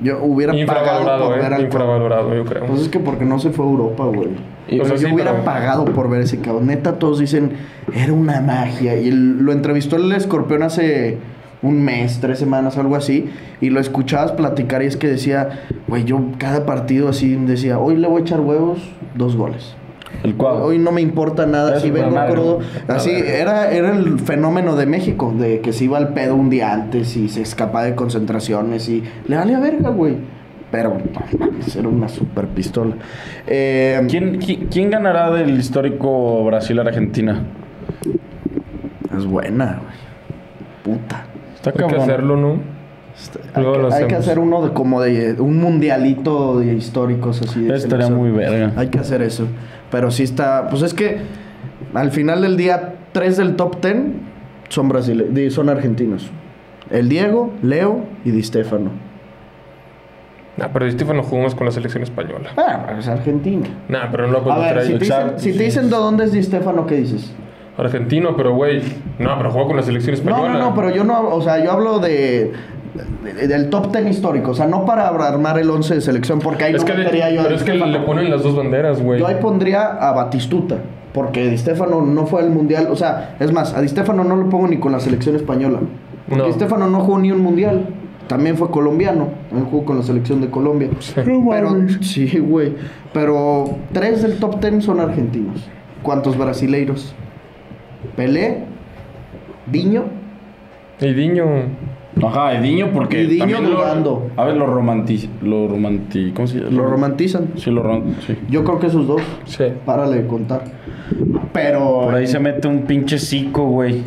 S2: Yo hubiera pagado
S4: Infravalorado,
S2: por ver
S4: eh.
S2: al cuau.
S4: Infravalorado, yo creo.
S2: Pues es que porque no se fue a Europa, güey.
S3: Y-
S2: o sea,
S4: pues
S2: yo
S4: sí,
S2: hubiera
S4: pero-
S2: pagado por ver ese cabrón. Neta, todos dicen, era una magia. Y el- lo entrevistó el escorpión hace un mes, tres semanas, algo así. Y lo escuchabas platicar y es que decía, güey, yo cada partido así decía, hoy le voy a echar huevos, dos goles.
S3: El cuadro.
S2: Hoy no me importa nada
S3: Eso,
S2: si vengo
S3: madre.
S2: crudo.
S4: A
S2: Así
S4: ver.
S2: era, era el fenómeno de México, de que se iba al pedo un día antes y se escapaba de concentraciones y le valía verga, güey. Pero no mames, era una super pistola. Eh,
S3: ¿Quién, qui- ¿Quién ganará del histórico Brasil-Argentina?
S2: Es buena, güey. Puta.
S3: Está
S4: Hay que
S3: cabrón.
S4: hacerlo, ¿no?
S2: Este,
S4: Luego
S2: hay,
S4: lo
S2: que, hay que
S4: hacemos.
S2: hacer uno de como de un mundialito de históricos así. De
S3: Estaría
S2: selección.
S3: muy verga.
S2: Hay que hacer eso. Pero sí está. Pues es que al final del día, tres del top ten son brasile- di- son argentinos. El Diego, Leo y Di Stefano.
S4: Nah, Ah, pero Estefano jugamos con la selección española.
S2: Ah, pero es Argentina.
S4: Nah, pero no la
S2: A ver, si te, dicen,
S3: exacto,
S2: si te
S3: sí.
S2: dicen de dónde es Di Stefano, ¿qué dices?
S4: Argentino, pero güey. No, pero juega con la selección
S2: No,
S4: española.
S2: no, no, pero yo no, o sea, yo hablo de, de- del top ten histórico, o sea, no para armar el 11 de selección, porque ahí
S4: Es
S2: no
S4: que, le,
S2: metería yo a
S4: pero
S2: Di
S4: es que
S2: Stéfano.
S4: le ponen las dos banderas, güey.
S2: Yo ahí pondría a Batistuta, porque Di Stefano no fue al mundial. O sea, es más, a Di Stefano no lo pongo ni con la selección española. Porque
S4: No.
S2: Di Stefano no jugó ni un mundial. También fue colombiano. También jugó con la selección de Colombia. Pero, sí, güey. Pero tres del top ten son argentinos. ¿Cuántos brasileiros? Pelé, Viño.
S4: Y Diño.
S3: Ajá, y Diño porque.
S2: Y Diño
S3: también lo-
S2: dudando.
S3: a ver, lo romantiz. Lo romanti. ¿Cómo se llama?
S2: Lo romantizan.
S3: Sí, lo romantiz. Sí.
S2: Yo creo que esos dos.
S4: Sí.
S2: Párale de contar. Pero.
S3: Por ahí se mete un pinche cico, güey.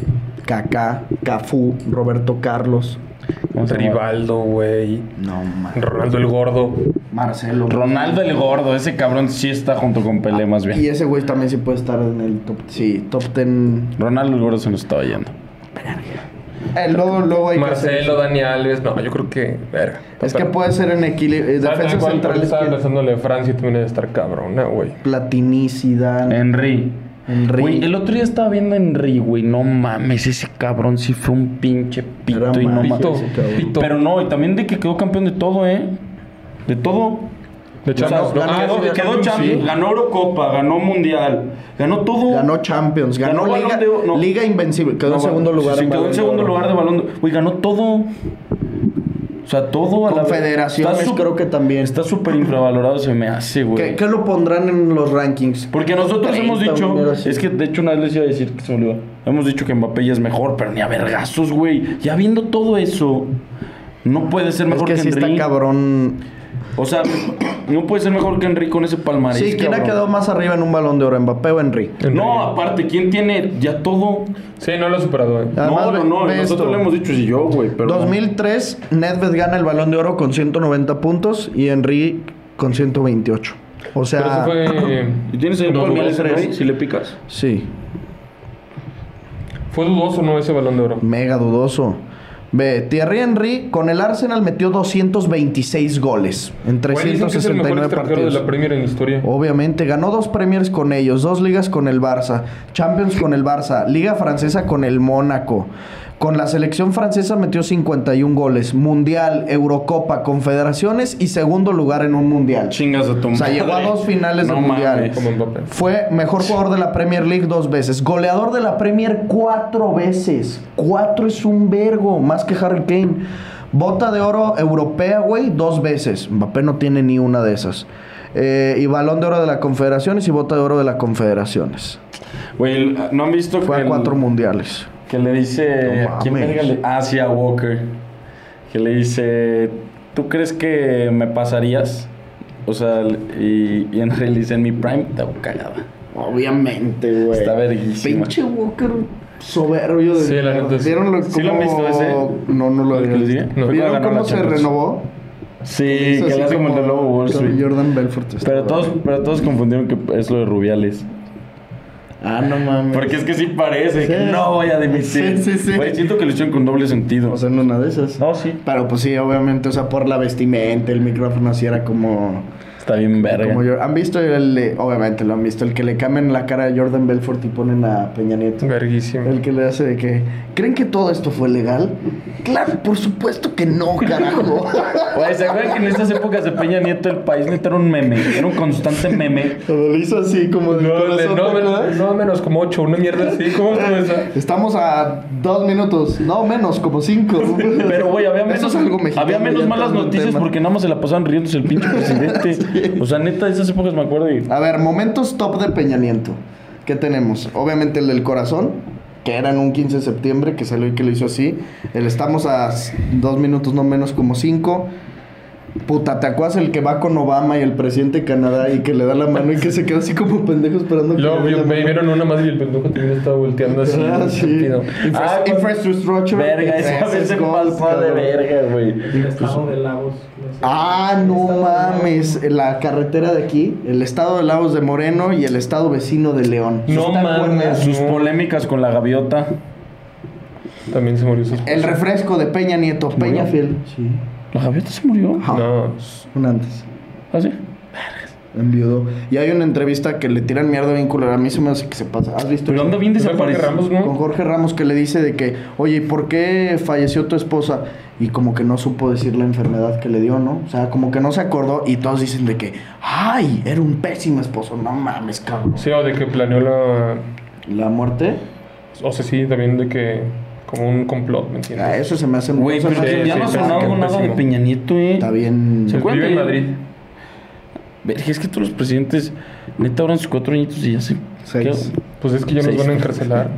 S2: Kaká, Cafú, Roberto Carlos.
S3: ¿Cómo se llama?
S4: Rivaldo, güey.
S2: No mames.
S4: Ronaldo el Gordo.
S2: Marcelo.
S3: Ronaldo el Gordo, ese cabrón sí está junto con Pelé más bien.
S2: Ah, Y ese güey también sí puede estar en el top. Sí, top ten.
S3: Ronaldo el Gordo se nos estaba yendo.
S2: Eh, luego, luego hay
S4: Marcelo, Dani Alves. No, yo creo que. Verga.
S2: que hacer- Es que puede ser en equilibrio. eh, defensa central
S4: Estaba
S2: izquierda.
S4: pensando de Francia y también debe estar cabrona, güey.
S2: Ah. Platini, Zidane,
S3: Henry.
S2: Henry.
S3: Güey, el otro día estaba viendo a Henry, güey. No mames, ese cabrón sí fue un pinche pito
S2: Era
S3: y no
S2: maravilla
S3: mames.
S2: ese cabrón.
S4: Pito.
S3: Pero no, y también de que quedó campeón de todo, ¿eh? De todo.
S4: De
S3: O sea,
S4: Champions, ¿no?
S2: ganó-
S4: Ah,
S3: quedó,
S4: sí, de
S3: quedó Champions,
S4: sí.
S3: ganó Eurocopa, ganó Mundial, ganó todo.
S2: Ganó Champions, ganó,
S3: Ganó
S2: Liga,
S3: Balón de Oro, no.
S2: Liga Invencible, quedó
S3: No,
S2: en segundo lugar.
S3: Sí, quedó
S2: Balón
S3: en
S2: de
S3: segundo
S2: Oro.
S3: lugar de balón. de- Güey, ganó todo. O sea, todo a la
S2: Confederaciones
S3: Está su-
S2: creo que también.
S3: Está súper infravalorado, se me hace, güey. Pues,
S2: ¿Qué, qué lo pondrán en los rankings?
S3: Porque nosotros
S2: 30
S3: hemos
S2: primero,
S3: dicho,
S2: sí.
S3: es que de hecho una vez les iba a decir que se me olvidó. Hemos dicho que Mbappé ya es mejor, pero ni a vergazos, güey. Ya viendo todo eso, no puede ser
S2: Es
S3: mejor
S2: que sí
S3: Henry.
S2: está cabrón.
S3: o sea, no puede ser mejor que Henry con ese palmarés.
S2: Sí, ¿quién ha
S3: cabrón.
S2: quedado más arriba en un balón de oro? ¿Mbappé o Henry?
S3: No, aparte, ¿quién tiene ya todo?
S4: Sí, no lo ha superado, eh.
S2: Además,
S3: no,
S2: ve-
S3: no, no,
S2: ve
S3: nosotros
S2: esto.
S3: lo hemos dicho, sí, yo, güey, pero...
S2: 2003, Nedved gana el balón de oro con 190 puntos y Henry con 128. O
S4: Pero
S2: sea,
S4: eso fue.
S3: ¿Y tienes ahí el
S4: dudoso.
S3: palmarés, Henry, si le picas?
S2: sí,
S4: Fue dudoso, ¿no? Ese balón de oro.
S2: mega dudoso. Ve, Thierry Henry con el Arsenal metió 226 goles en
S4: Güey, dicen que es el mejor
S2: 369
S4: extranjero de
S2: partidos. Oh.
S4: la Premier en historia.
S2: Obviamente, ganó dos Premiers con ellos, dos ligas con el Barça, Champions con el Barça, Liga Francesa con el Mónaco. Con la selección francesa metió 51 goles, Mundial, Eurocopa, Confederaciones y segundo lugar en un Mundial.
S3: Chingas a tu
S2: O sea, llegó a
S3: madre.
S2: dos finales
S3: No
S2: de Mundial.
S3: mames.
S4: Como Mbappé.
S2: Fue mejor jugador de la Premier League dos veces, goleador de la Premier cuatro veces. Cuatro es un vergo, más que Harry Kane. Bota de oro europea, güey, dos veces. Mbappé no tiene ni una de esas. Eh, y balón de oro de la Confederaciones y bota de oro de la Confederaciones.
S3: Güey, el- ¿no han visto
S2: Fue
S3: que
S2: a
S3: el-
S2: cuatro mundiales.
S3: Que le dice.
S2: No
S3: ¿a ¿Quién
S2: mames.
S3: verga le- Ah, sí, a Walker. Que le dice. ¿Tú crees que me pasarías? O sea, y, y en realidad dice en mi prime, está cagada.
S2: Obviamente, güey.
S3: Está verguísima.
S2: Pinche Walker soberbio. De
S4: Sí, la neta, sí.
S2: ¿Vieron lo,
S3: ¿Sí lo han
S2: cómo-
S3: visto ese?
S2: No, no lo
S3: ¿El que
S2: había
S3: le sigue?
S2: visto.
S3: No. Cuando
S2: ¿Vieron
S3: ganó
S2: cómo
S3: la
S2: se
S3: Champions.
S2: renovó?
S3: Sí,
S2: Eso
S3: que
S2: sí,
S3: le hace como el de Lobo Wall
S2: como
S3: Street.
S2: Jordan Belfort. está
S3: Pero todos, pero todos confundieron que es lo de Rubiales.
S2: Ah, no mames.
S3: Porque es que sí parece que
S2: Sí.
S3: no voy a dimitir.
S2: Sí, sí, sí.
S3: Güey, siento que lo hicieron con doble sentido.
S2: O sea, en una de esas.
S3: no, sí.
S2: Pero pues sí, obviamente, o sea, por la vestimenta, el micrófono así era como...
S3: Está bien verga.
S2: como yo- ¿Han visto el... de- Obviamente lo han visto, el que le cambian la cara a Jordan Belfort y ponen a Peña Nieto?
S4: Verguísimo.
S2: El que le hace de que... ¿Creen que todo esto fue legal? Claro, por supuesto que no, carajo.
S3: Güey, ¿se acuerdan que en estas épocas de Peña Nieto el país neta era un meme? Era un constante meme.
S2: Todo lo hizo así, como del
S4: No, de-
S2: corazón,
S4: no,
S2: ¿te acuerdas?
S4: menos, no, menos como 8, una mierda así. ¿Cómo estuvo esa?
S2: Estamos a dos minutos, no menos, como cinco.
S3: Pero, güey, había menos,
S2: Eso es algo mexicano,
S3: había menos
S2: ya
S3: malas
S2: entrando en
S3: noticias
S2: tema.
S3: porque nada más se la pasaban riéndose el pinche presidente. O sea, neta, de esas épocas me acuerdo y...
S2: A ver, momentos top de Peña Nieto. ¿Qué tenemos? Obviamente el del corazón, que era en un 15 de septiembre, que salió y que lo hizo así. El estamos a s- dos minutos, no menos, como cinco. Puta, ¿te acuerdas el que va con Obama y el presidente de Canadá y que le da la mano y que se queda así como pendejo esperando que
S4: Luego
S2: le dé la
S4: vi- me
S2: mano?
S4: vieron una más y el pendejo también estaba volteando así.
S2: Ah, sí.
S4: estúpido.
S2: Infra-
S3: Ah,
S2: infrastructure.
S3: Verga, esa
S2: Esas
S3: vez se
S2: cosas,
S3: pasó de
S2: cabrón.
S3: verga, güey. Pues,
S5: El estado de Lagos. no sé.
S2: Ah, no
S5: Estado de Lagos.
S2: mames. La carretera de aquí, el estado de Lagos de Moreno y el estado vecino de León.
S4: No
S2: ¿Te acuerdas?
S4: mames.
S3: Sus
S4: No.
S3: polémicas con la gaviota.
S4: También se murió su esposa.
S2: El refresco de Peña Nieto, Peña Fiel. Sí.
S3: ¿La gaviota se murió?
S4: No.
S2: Un antes.
S3: ¿Ah, sí?
S2: Enviudó. Y hay una entrevista que le tiran mierda bien culera. A mí se me hace que se pasa. ¿Has visto?
S3: Pero anda bien
S4: ¿Fue Jorge
S3: desaparecido.
S4: Ramos, no?
S2: Con Jorge Ramos que le dice de que, oye, ¿y por qué falleció tu esposa? Y como que no supo decir la enfermedad que le dio, ¿no? O sea, como que no se acordó y todos dicen de que, ay, era un pésimo esposo. No mames, cabrón.
S4: Sí, o de que planeó la.
S2: La muerte,
S4: O sea, sí, también de que. Como un complot, ¿me entiendes?
S2: a Ah, eso se me hace
S3: Güey,
S2: o sea,
S3: pero
S4: Sí,
S3: que ya no ha
S4: sí,
S3: sonado
S4: pésimo,
S3: nada de
S4: pésimo.
S3: Peña Nieto, eh.
S2: Está bien.
S3: ¿Se acuerdan
S4: Vive en
S3: que-
S4: Madrid.
S3: Verga, es que todos los presidentes neta duran sus cuatro añitos y ya se...
S2: Seis.
S4: Pues es que ya nos
S3: Sí.
S4: van a encarcelar.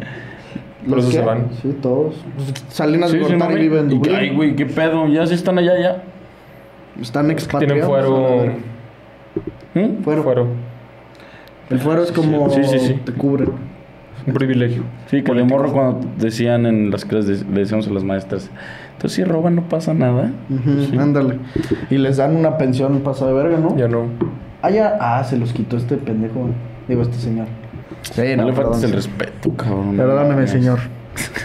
S4: Por
S2: ¿Los
S4: eso
S2: qué?
S4: se van.
S2: Sí, todos. Salinas
S3: Pues, Sí,
S2: de
S3: sí, no,
S2: Gortari
S3: güey.
S2: vive en
S3: Y que,
S2: Dublín.
S3: Ay, güey, qué pedo. Ya se están allá, ya.
S2: Están expatriados.
S4: Tienen
S2: a la
S4: fuero.
S2: verga.
S3: ¿Mm?
S2: Fuero.
S4: Fuero.
S2: El fuero es como
S3: Sí, sí, sí.
S2: te cubre.
S4: Un privilegio.
S3: Sí, que de morro cuando decían en las clases, de- le decíamos a las maestras, entonces si roban no pasa nada. Pues
S2: Ujú, Ándale. Y les dan una pensión pasada de verga, ¿no?
S4: Ya no.
S2: Ah, ya. Ah, se los quitó este pendejo. Digo, este señor. Sí,
S3: no le
S2: perdón.
S3: faltes el respeto, cabrón.
S2: Perdóneme,
S3: Mames.
S2: señor.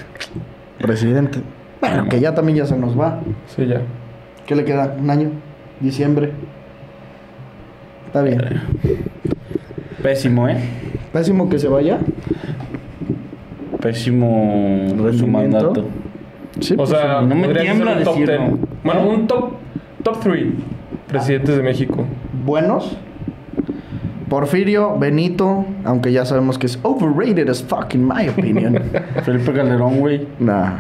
S2: Presidente. Bueno, que ya también ya se nos va.
S4: Sí, ya.
S2: ¿Qué le queda? ¿Un año? ¿Diciembre? Está bien.
S3: Pésimo, ¿eh?
S2: Pésimo que se vaya.
S3: Pésimo su
S2: Rendimiento.
S3: mandato.
S2: Sí,
S4: O
S2: pues,
S4: sea,
S3: no me
S4: podría ser
S3: tiembla
S4: un top
S3: decirlo.
S4: 10. Bueno, un top, top 3 presidentes de México.
S2: buenos. Porfirio, Benito, aunque ya sabemos que es overrated as fuck, in my opinion.
S3: Felipe Calderón, güey.
S2: nah.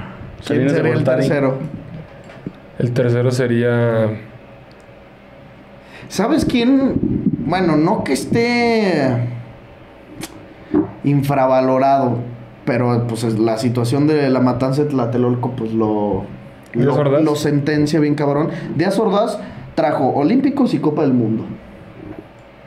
S2: ¿Quién
S3: Salinas de
S2: sería el
S3: Gortari.
S2: tercero?
S4: El tercero sería.
S2: ¿Sabes quién? Bueno, no que esté infravalorado, pero pues es- la situación de la matanza de Tlatelolco pues lo
S4: ¿Díaz
S2: lo,
S4: Ordaz?
S2: lo sentencia bien cabrón. Díaz Ordaz trajo Olímpicos y Copa del Mundo.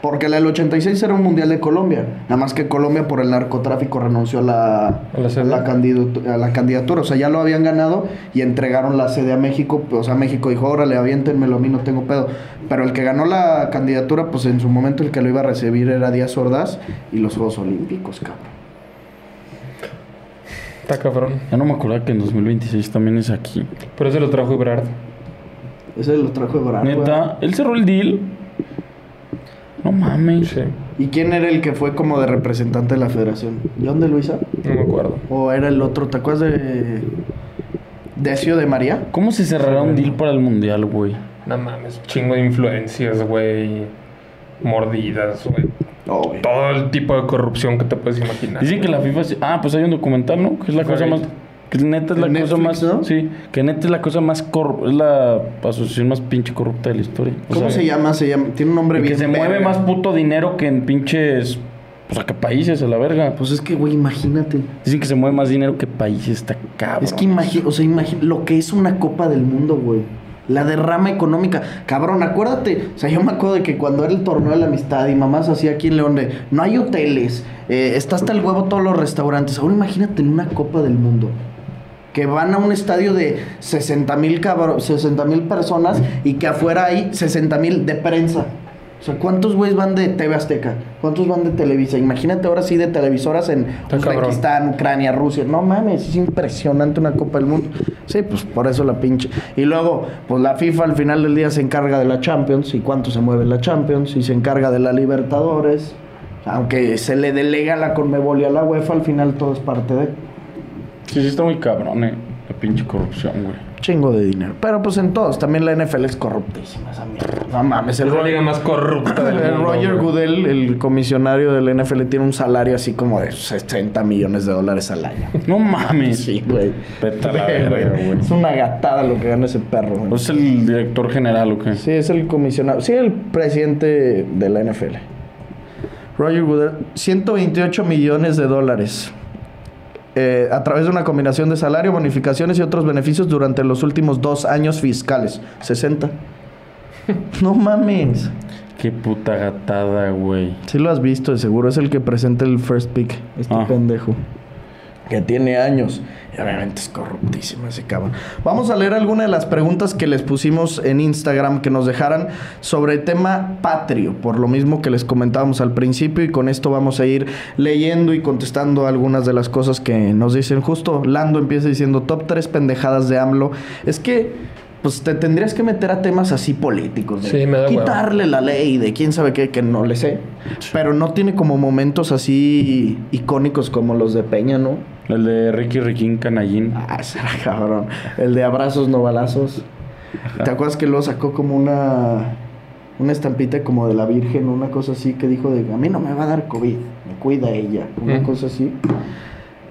S2: Porque la del 86 era un mundial de Colombia. Nada más que Colombia por el narcotráfico renunció a la,
S4: A la sede.
S2: a la candidatu- a la candidatura. O sea, ya lo habían ganado y entregaron la sede a México. pues, O sea, México dijo, órale, aviéntenmelo a mí, no tengo pedo. Pero el que ganó la candidatura, pues en su momento el que lo iba a recibir era Díaz Ordaz y los Juegos Olímpicos, cabrón.
S4: Está cabrón.
S3: Ya no me acuerdo que en 2026 también es aquí.
S4: Pero ese lo trajo Ebrard.
S2: Ese lo trajo de Bravo.
S3: Neta, él cerró el deal. No mames.
S4: Sí,
S2: ¿Y quién era el que fue como de representante de la federación? ¿John de Luisa?
S4: no me acuerdo.
S2: ¿O era el otro? ¿Te acuerdas de Decio de María?
S3: ¿Cómo se cerrará un deal para el mundial, güey?
S4: No mames, chingo de influencias, güey. Mordidas, güey.
S2: Obvio.
S4: Todo el tipo de corrupción que te puedes imaginar.
S3: Dicen que la FIFA. se- Ah, pues hay un documental, ¿no? Que es la cosa más. Que neta es la
S2: En
S3: cosa
S2: Netflix,
S3: más.
S2: ¿no?
S3: Sí, que neta es la cosa más corrupta. Es la asociación más pinche corrupta de la historia. O
S2: ¿Cómo
S3: sea,
S2: se llama? Se llama, tiene un nombre
S3: Y
S2: bien
S3: que se mueve
S2: verga.
S3: más puto dinero que en pinches. Pues a que países, a la verga.
S2: Pues es que, güey, imagínate.
S3: Dicen que se mueve más dinero que países, está cabrón.
S2: Es que imagina, o sea, imagina lo que es una Copa del Mundo, güey. La derrama económica. Cabrón, acuérdate. O sea, yo me acuerdo de que cuando era el torneo de la amistad y mamás hacía aquí en León de no hay hoteles, eh, está hasta el huevo todos los restaurantes. Ahora imagínate en una Copa del Mundo. Que van a un estadio de 60 mil personas y que afuera hay 60 mil de prensa. O sea, ¿cuántos güeyes van de TV Azteca? ¿Cuántos van de Televisa? Imagínate ahora sí de televisoras en
S4: cabrón.
S2: Uzbekistán. Pakistán, Ucrania, Rusia. No mames, es impresionante una Copa del Mundo. Sí, pues por eso la pinche. Y luego, pues la FIFA al final del día se encarga de la Champions y cuánto se mueve la Champions y se encarga de la Libertadores. Aunque se le delega la Conmebol y a la UEFA, al final todo es parte de
S3: Sí, sí, está muy cabrón, eh. La pinche corrupción, güey.
S2: chingo de dinero. Pero pues en todos, también la NFL es corruptísima esa mierda. No mames, el
S4: Es la liga más corrupta del
S2: El
S4: mundo,
S2: Roger
S4: güey.
S2: Goodell, el comisionario del NFL, tiene un salario así como de 60 millones de dólares al año.
S3: No mames.
S2: Sí, güey.
S3: Vete a la
S2: Ve,
S3: verga,
S2: güey.
S3: güey.
S2: Es una gatada lo que gana ese perro, güey.
S3: ¿O es el director general o qué?
S2: Sí, es el comisionado. Sí, el presidente de la NFL. Roger Goodell, 128 millones de dólares. eh, a través de una combinación de salario, bonificaciones y otros beneficios durante los últimos dos años fiscales. 60. No mames.
S3: Qué puta gatada, güey.
S2: Sí lo has visto, de seguro. Es el que presenta el first pick. Este
S3: Ah.
S2: pendejo. Que tiene años. Y obviamente es corruptísimo ese cabrón. Vamos a leer alguna de las preguntas que les pusimos en Instagram que nos dejaran sobre el tema patrio. Por lo mismo que les comentábamos al principio. Y con esto vamos a ir leyendo y contestando algunas de las cosas que nos dicen. Justo Lando empieza diciendo top 3 pendejadas de AMLO. Es que. Pues te tendrías que meter a temas así políticos. de
S4: Sí, me da hueva.
S2: quitar darle la ley de quién sabe qué, que no le sé. Pero no tiene como momentos así icónicos como los de Peña, ¿no?
S3: El de Ricky Riquín Canallín.
S2: Ah, será cabrón. El de abrazos, no balazos. ¿Te acuerdas que luego sacó como una. Una estampita como de la Virgen, una cosa así, que dijo de, a mí no me va a dar COVID, me cuida ella, una
S4: Mm.
S2: cosa así.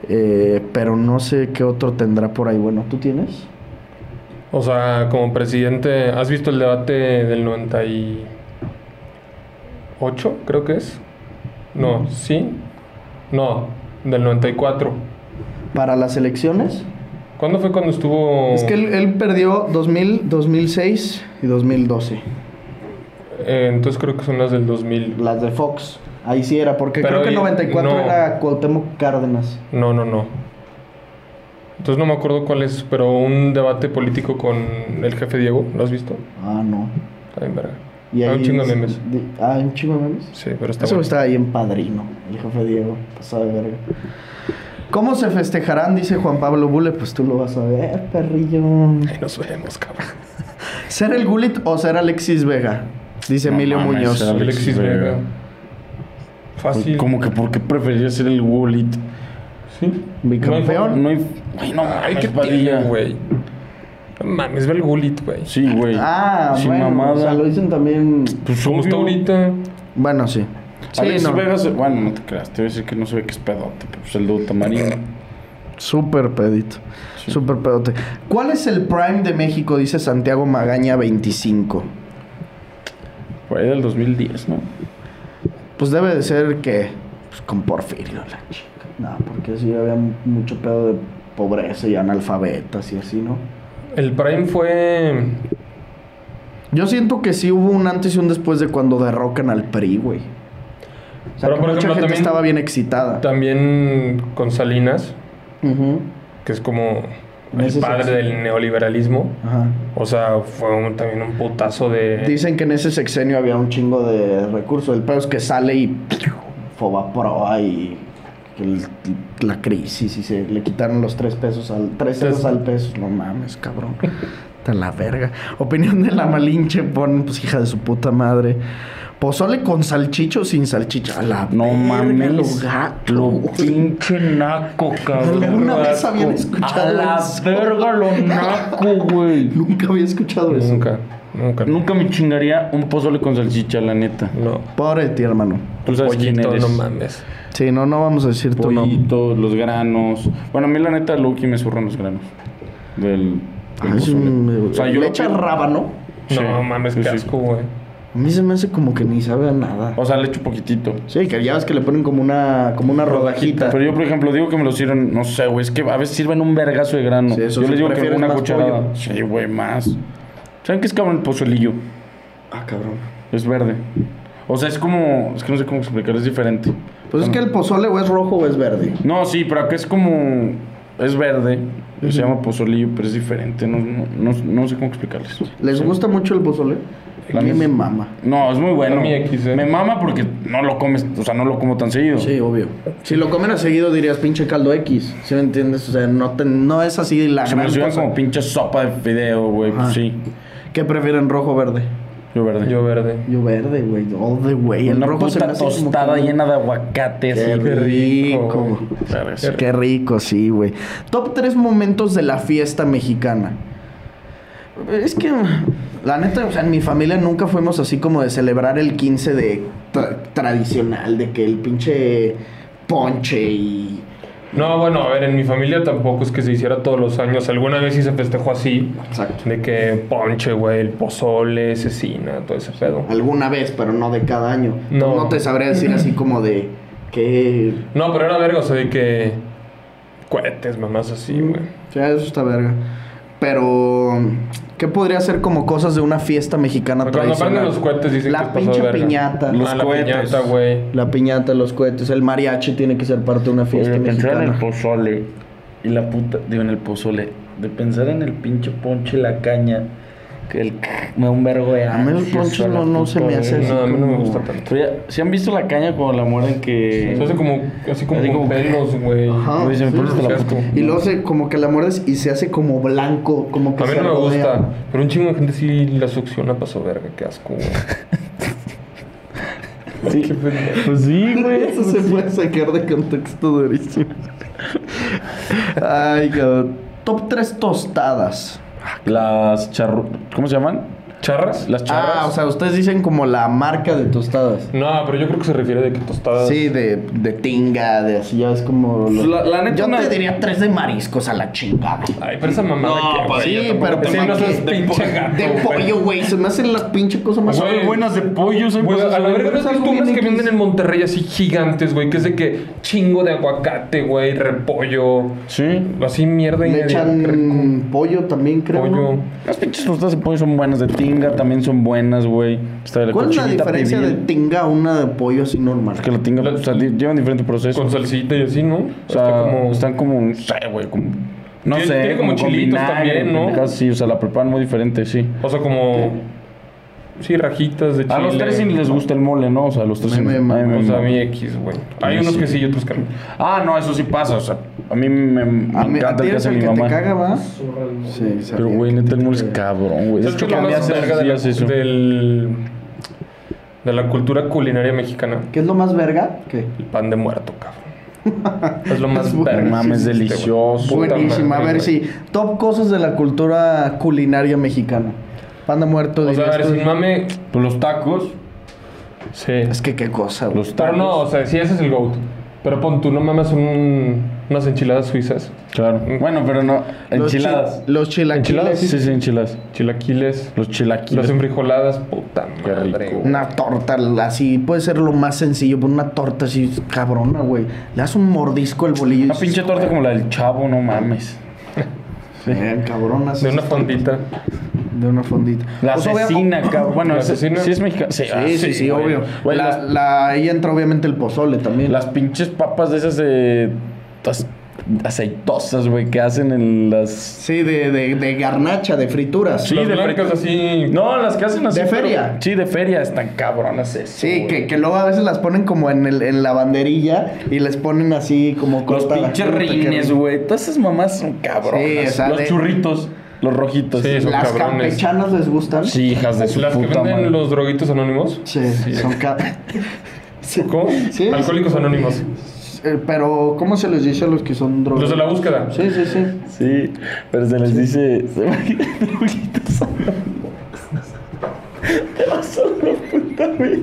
S2: Eh, pero no sé qué otro tendrá por ahí. Bueno, ¿tú tienes?
S4: O sea, como presidente, ¿has visto el debate del 98? Creo que es. No, sí. No, del 94.
S2: ¿Para las elecciones?
S4: ¿Cuándo fue cuando estuvo
S2: Es que él, él perdió 2000, 2006 y 2012.
S4: Eh, entonces creo que son las del 2000.
S2: Las de Fox. Ahí sí era, porque
S4: Pero
S2: creo que
S4: y-
S2: 94
S4: no.
S2: era Cuauhtémoc Cárdenas.
S4: No, no, no. Entonces no me acuerdo cuál es, pero un debate político con el jefe Diego, ¿lo has visto?
S2: Ah, no.
S4: Está bien, verga.
S2: Y
S4: Hay un chingo de memes.
S2: di- Ah, un chingo de memes.
S4: Sí, pero está
S2: Eso
S4: bueno.
S2: está ahí en Padrino, el jefe Diego. Pasado de verga. ¿Cómo se festejarán? Dice Juan Pablo Bule. Pues tú lo vas a ver, perrillo.
S4: Ahí nos vemos, cabrón.
S2: ¿Ser el Gulit o ser Alexis Vega? Dice
S3: No
S2: Emilio
S3: mames,
S2: Muñoz.
S3: ser Alexis
S4: Alexis
S3: Vega.
S4: Vega. Fácil.
S3: Como que por qué preferiría ser el Wallet.
S4: Sí.
S2: Bicampeón.
S3: No hay. Ay, no,
S4: Ay,
S3: mames,
S4: Ah, qué
S3: Padilla.
S4: padilla, güey. No mames, ve el gulit, güey.
S3: Sí, güey.
S2: Ah,
S3: Sin
S2: bueno.
S3: mamada.
S2: O sea, lo dicen también.
S3: Pues
S4: Como está
S3: obvio.
S4: ahorita.
S2: Bueno, sí. Sí,
S3: Alex
S2: no.
S3: Vega se- Bueno, no te creas. Te voy a decir que no se ve que es pedote. pero Pues el dúo tamarindo.
S2: Súper pedito.
S3: Sí.
S2: Súper pedote. ¿Cuál es el prime de México? Dice Santiago Magaña 25.
S3: Por ahí del 2010, ¿no?
S2: Pues debe de ser que. Pues con Porfirio, la chica. No, porque sí había mu- mucho pedo de pobreza y analfabetas y así, ¿no?
S4: El Prime fue.
S2: Yo siento que sí hubo un antes y un después de cuando derrocan al PRI, güey. O sea,
S4: Pero,
S2: que
S4: por
S2: mucha
S4: ejemplo,
S2: gente
S4: también-
S2: estaba bien excitada.
S4: También con Salinas,
S2: Ujú.
S4: que es como
S2: En ese
S4: el padre
S2: sentido.
S4: del neoliberalismo.
S2: Ajá.
S4: O sea, fue un- también un putazo de.
S2: Dicen que en ese sexenio había un chingo de recursos. El pedo es que sale y Fobaproa y el- la crisis y se le quitaron los tres pesos al tres ceros al peso. No mames, cabrón. Está la verga. Opinión de la malinche pon, pues hija de su puta madre. Pozole con salchicho o sin salchicha. A la
S3: No
S2: verga,
S3: mames.
S2: lo gato,
S3: Lo
S2: güey.
S3: pinche naco, cabrón.
S2: ¿Alguna vez habían
S3: A
S2: escuchado
S3: la
S2: eso?
S3: verga lo naco, güey.
S2: Nunca había escuchado eso.
S4: Nunca, nunca.
S3: Nunca me chingaría un pozole con salchicha, la neta.
S4: No.
S2: Pobre de ti, hermano.
S3: Tú sabes quién
S4: Pollito,
S3: eres.
S4: no mames.
S2: Sí, no, no vamos a decir tu nombre.
S3: Pollitos, los granos. Bueno, a mí la neta, Lucky me zurran los granos. Del. del
S2: Ah, es
S3: pozole.
S2: un-
S3: O sea, yo
S2: le
S3: lo
S2: echa
S3: pido-
S2: rábano.
S3: Sí.
S4: No mames,
S3: Sí,
S4: qué
S3: sí.
S4: asco, güey.
S2: A mí se me hace como que ni sabe a nada.
S3: O sea, le echo poquitito.
S2: Sí, que ya ves que le ponen como una, como una rodajita.
S3: Pero yo, por ejemplo, digo que me lo sirven, no sé, güey, es que a veces sirven un vergazo de grano.
S2: Sí, eso
S3: yo
S2: sí,
S3: les digo que
S2: prefieres
S3: una
S2: más
S3: cucharada.
S2: pollo.
S3: Sí, güey, más. ¿Saben qué es cabrón el pozolillo?
S2: Ah, cabrón.
S3: Es verde. O sea, es como, es que no sé cómo explicar, es diferente.
S2: Pues es que el pozole o es rojo o es verde.
S3: No, sí, pero acá es como, es verde, se llama pozolillo, pero es diferente, no, no, no, no sé cómo explicarles.
S2: ¿Les gusta mucho el pozole?
S3: La
S2: A mí
S3: mía
S2: me
S3: sí.
S2: mama.
S3: No, es muy bueno.
S4: A mí X, eh.
S3: Me mama porque no lo comes, o sea, no lo como tan seguido.
S2: Sí, obvio. Si lo comen a seguido dirías pinche caldo X, ¿sí me entiendes? O sea, no, te- no es así la
S3: Si me lo
S2: gran
S3: sirven
S2: cosa.
S3: como pinche sopa de fideo, güey,
S2: Ajá.
S3: pues sí,
S2: ¿Qué prefieren, rojo o verde?
S3: yo verde.
S4: Yo verde.
S2: Yo verde, güey. All the way. El
S3: Una
S2: rojo se me
S3: puta
S2: hace como
S3: tostada
S2: que-
S3: llena de aguacates.
S2: Qué
S3: y-
S2: rico.
S4: rico.
S3: Claro, sí.
S2: Qué rico, sí, güey. Top 3 momentos de la fiesta mexicana. Es que, la neta, o sea, en mi familia nunca fuimos así como de celebrar el 15 de tra- tradicional, de que el pinche ponche y...
S4: No, bueno, a ver, en mi familia tampoco es que se hiciera todos los años. Alguna vez sí se festejó así.
S2: Exacto.
S4: De que ponche, güey, el pozole, cecina, todo ese pedo.
S2: Alguna vez, pero no de cada año. No,
S4: No.
S2: te sabría decir así como de que...
S4: No, pero era verga, o sea, de que. Cohetes, mamás así, güey.
S2: O sea, eso está verga. Pero, ¿qué podría ser como cosas de una fiesta mexicana
S4: Pero Cuando
S2: tradicional?
S4: prenden los cohetes dicen
S2: La
S4: que pasó de
S2: pinche
S4: verga.
S2: piñata.
S3: Los
S4: Ah, la
S3: cohetes.
S4: piñata, güey.
S2: La piñata, los cohetes, el mariachi tiene que ser parte de una
S3: Oye,
S2: fiesta
S3: Pues, de pensar en el
S2: mexicana.
S3: pozole y la puta, digo, en el pozole, de pensar en el pinche ponche y la caña, que el me da un vergo de
S2: A mí el
S3: ansias
S2: ponche
S3: a la
S2: no- no
S3: puta
S2: se me hace
S3: verga.
S4: No, a mí no me gusta tanto.
S3: Pero ya, ¿sí han visto la caña cuando la muerden que...
S4: Se hace como, así como,
S3: Así
S4: con
S3: como-
S4: pelos, güey.
S2: Ajá,
S3: Oye, se me
S2: sí,
S3: pone hasta
S4: sí,
S3: la
S4: sí.
S3: puta-
S2: Y luego se, como que la muerdes y se hace como blanco, como que
S4: A mí
S2: se
S4: no me
S2: rodea.
S4: gusta, pero un chingo de gente sí la succiona, pasó verga, qué asco, güey.
S3: Sí.
S4: Qué pendejo.
S3: Pues sí, güey.
S2: Eso se puede sacar de contexto durísimo. Ay, cabrón. Top 3 tostadas.
S3: Las charru... ¿Cómo se llaman?
S4: ¿Charras?
S3: Las charras.
S2: Ah, o sea, ustedes dicen como la marca de tostadas.
S4: No, pero yo creo que se refiere de que tostadas.
S2: Sí, de, de tinga, de así, ya es como... lo-
S3: La- la neta,
S2: Yo
S3: una-
S2: te diría tres de mariscos a la chingada.
S4: Ay, pero esa mamada que.
S3: pues,
S2: sí, pero
S4: Sí, no seas
S2: de,
S4: pinche gato,
S2: de
S4: güey.
S2: pollo, güey. Se me hacen las pinches cosas más
S4: Güey,
S3: buenas de pollo, son
S4: Güey,
S3: cosas
S4: a la
S3: bien
S4: verga
S2: pero
S4: esas
S2: es algo
S4: costumbres
S2: bien
S4: que
S2: X.
S4: venden en Monterrey así gigantes, güey, que es de que chingo de aguacate, güey, repollo,
S3: Sí.
S4: así mierda y
S2: Le
S4: media, qué
S2: echan pollo también, creo. ¿no?
S4: repollo.
S3: Las pinches tostadas de pollo son buenas, de tinga también son buenas, güey. Está de la
S2: ¿Cuál es la
S3: cochinita
S2: diferencia
S3: pibil.
S2: de tinga a una de pollo así normal?
S3: Es que la tinga, pues,
S4: La-
S3: o sea, di- llevan diferente proceso.
S4: Con salsita y así, ¿no?
S3: o sea,
S4: Está como-
S3: están como, no sé, güey, como... No
S4: Tiene-
S3: sé,
S4: tiene como
S3: con
S4: chilitos
S3: vinagre,
S4: también, ¿no?
S3: pendejadas, Sí, o sea, la preparan muy diferente, sí.
S4: O sea, como. Sí, rajitas de chile.
S3: A los tres sí les gusta el mole, ¿no? O sea, a los tres
S2: A mí
S3: sí-
S2: me
S3: a
S2: mama,
S3: mí me
S4: O sea, a
S3: mama.
S4: mí X, güey. Hay
S3: Sí,
S4: unos
S3: sí.
S4: que sí y otros que no.
S3: Ah, no, eso sí pasa, o sea, a mí me, me
S2: a mí, a
S3: encanta
S2: ti
S3: el que
S2: eres
S3: hace
S2: el
S3: mi
S2: que
S3: mamá. Pues,
S2: te caga, ¿va?
S5: Zurra el mundo.
S2: Sí,
S3: Pero, güey, neta, el mole es cabrón, güey. Es
S4: ¿Sabes
S3: que
S4: qué es lo
S3: cambias
S4: más
S3: hace
S4: verga de
S3: días
S4: la-
S3: eso.
S4: del de la cultura culinaria mexicana.
S2: ¿Qué es lo más verga? ¿Qué?
S4: El pan de muerto, cabrón. es lo más
S2: Es
S4: verga.
S3: mames,
S4: que existe, güey.
S3: delicioso.
S4: Puta
S2: Buenísima. A
S4: madre,
S2: ver
S4: güey.
S2: si. Top cosas de la cultura culinaria mexicana. Panda muerto,
S4: O sea, a
S2: dirías
S4: ver,
S2: tú.
S4: sin mame.
S3: Pues los tacos.
S4: Sí.
S2: Es que qué cosa, güey.
S3: Los
S4: Pero
S3: tacos.
S4: no, o sea, sí, ese es el GOAT. Pero pon tú, no mames un- unas enchiladas suizas.
S3: Claro. Bueno, pero no.
S2: Los chi-
S3: Enchiladas.
S2: Los
S4: ¿Enchiladas?
S2: chilaquiles.
S3: Sí, sí, enchiladas.
S4: Chilaquiles.
S3: Los chilaquiles.
S4: Las enfrijoladas, puta
S3: Qué
S4: madre.
S3: rico.
S4: güey.
S2: Una torta así, puede ser lo más sencillo, pero una torta así cabrona, güey. Le das un mordisco al bolillo. y
S3: Una
S2: dices,
S3: pinche torta como la del chavo, no mames.
S2: "Eh, cabrona. sí,
S4: De una fondita.
S2: de una fondita.
S3: La
S2: O sea, obvia-
S3: asesina, cabrón. Bueno,
S4: ¿La
S3: ese-
S4: asesina?
S3: sí es mexicana. Sí,
S2: Sí,
S3: ah,
S2: sí, sí,
S3: güey.
S2: obvio.
S3: Güey,
S2: la,
S3: las,
S2: la- ahí entra obviamente el pozole también.
S3: las pinches papas de esas de. tas- aceitosas, güey, que hacen en las.
S2: Sí, de, de, de garnacha, de frituras.
S3: Sí,
S4: Las
S3: de
S4: blancas
S3: frito.
S4: así.
S3: No, las que hacen así.
S2: ¿De
S3: pero-
S2: feria?
S3: Sí, de feria, están cabronas esas.
S2: Sí,
S3: güey.
S2: que, que luego a veces las ponen como en, el, en la banderilla y les ponen así como
S3: Los
S2: corta la
S3: pinches
S2: fruta, que-
S3: rines, güey. Todas esas mamás son cabronas.
S2: Sí, o sea,
S3: los
S2: de-
S3: churritos, los rojitos.
S4: Sí, son
S2: Las
S4: cabrones.
S2: campechanas les gustan.
S3: Sí, hijas de su
S4: Las que
S3: puta
S4: venden
S3: madre.
S4: los droguitos anónimos.
S2: Sí, son ca- Sí.
S4: ¿Cómo?
S2: Sí.
S4: Alcohólicos anónimos.
S2: Eh, Pero, ¿cómo se les dice a los que son drogados?
S4: Los de la búsqueda.
S2: Sí, sí, sí.
S3: Sí, pero se les dice. Se me droguitos. Te vas a la puta, güey.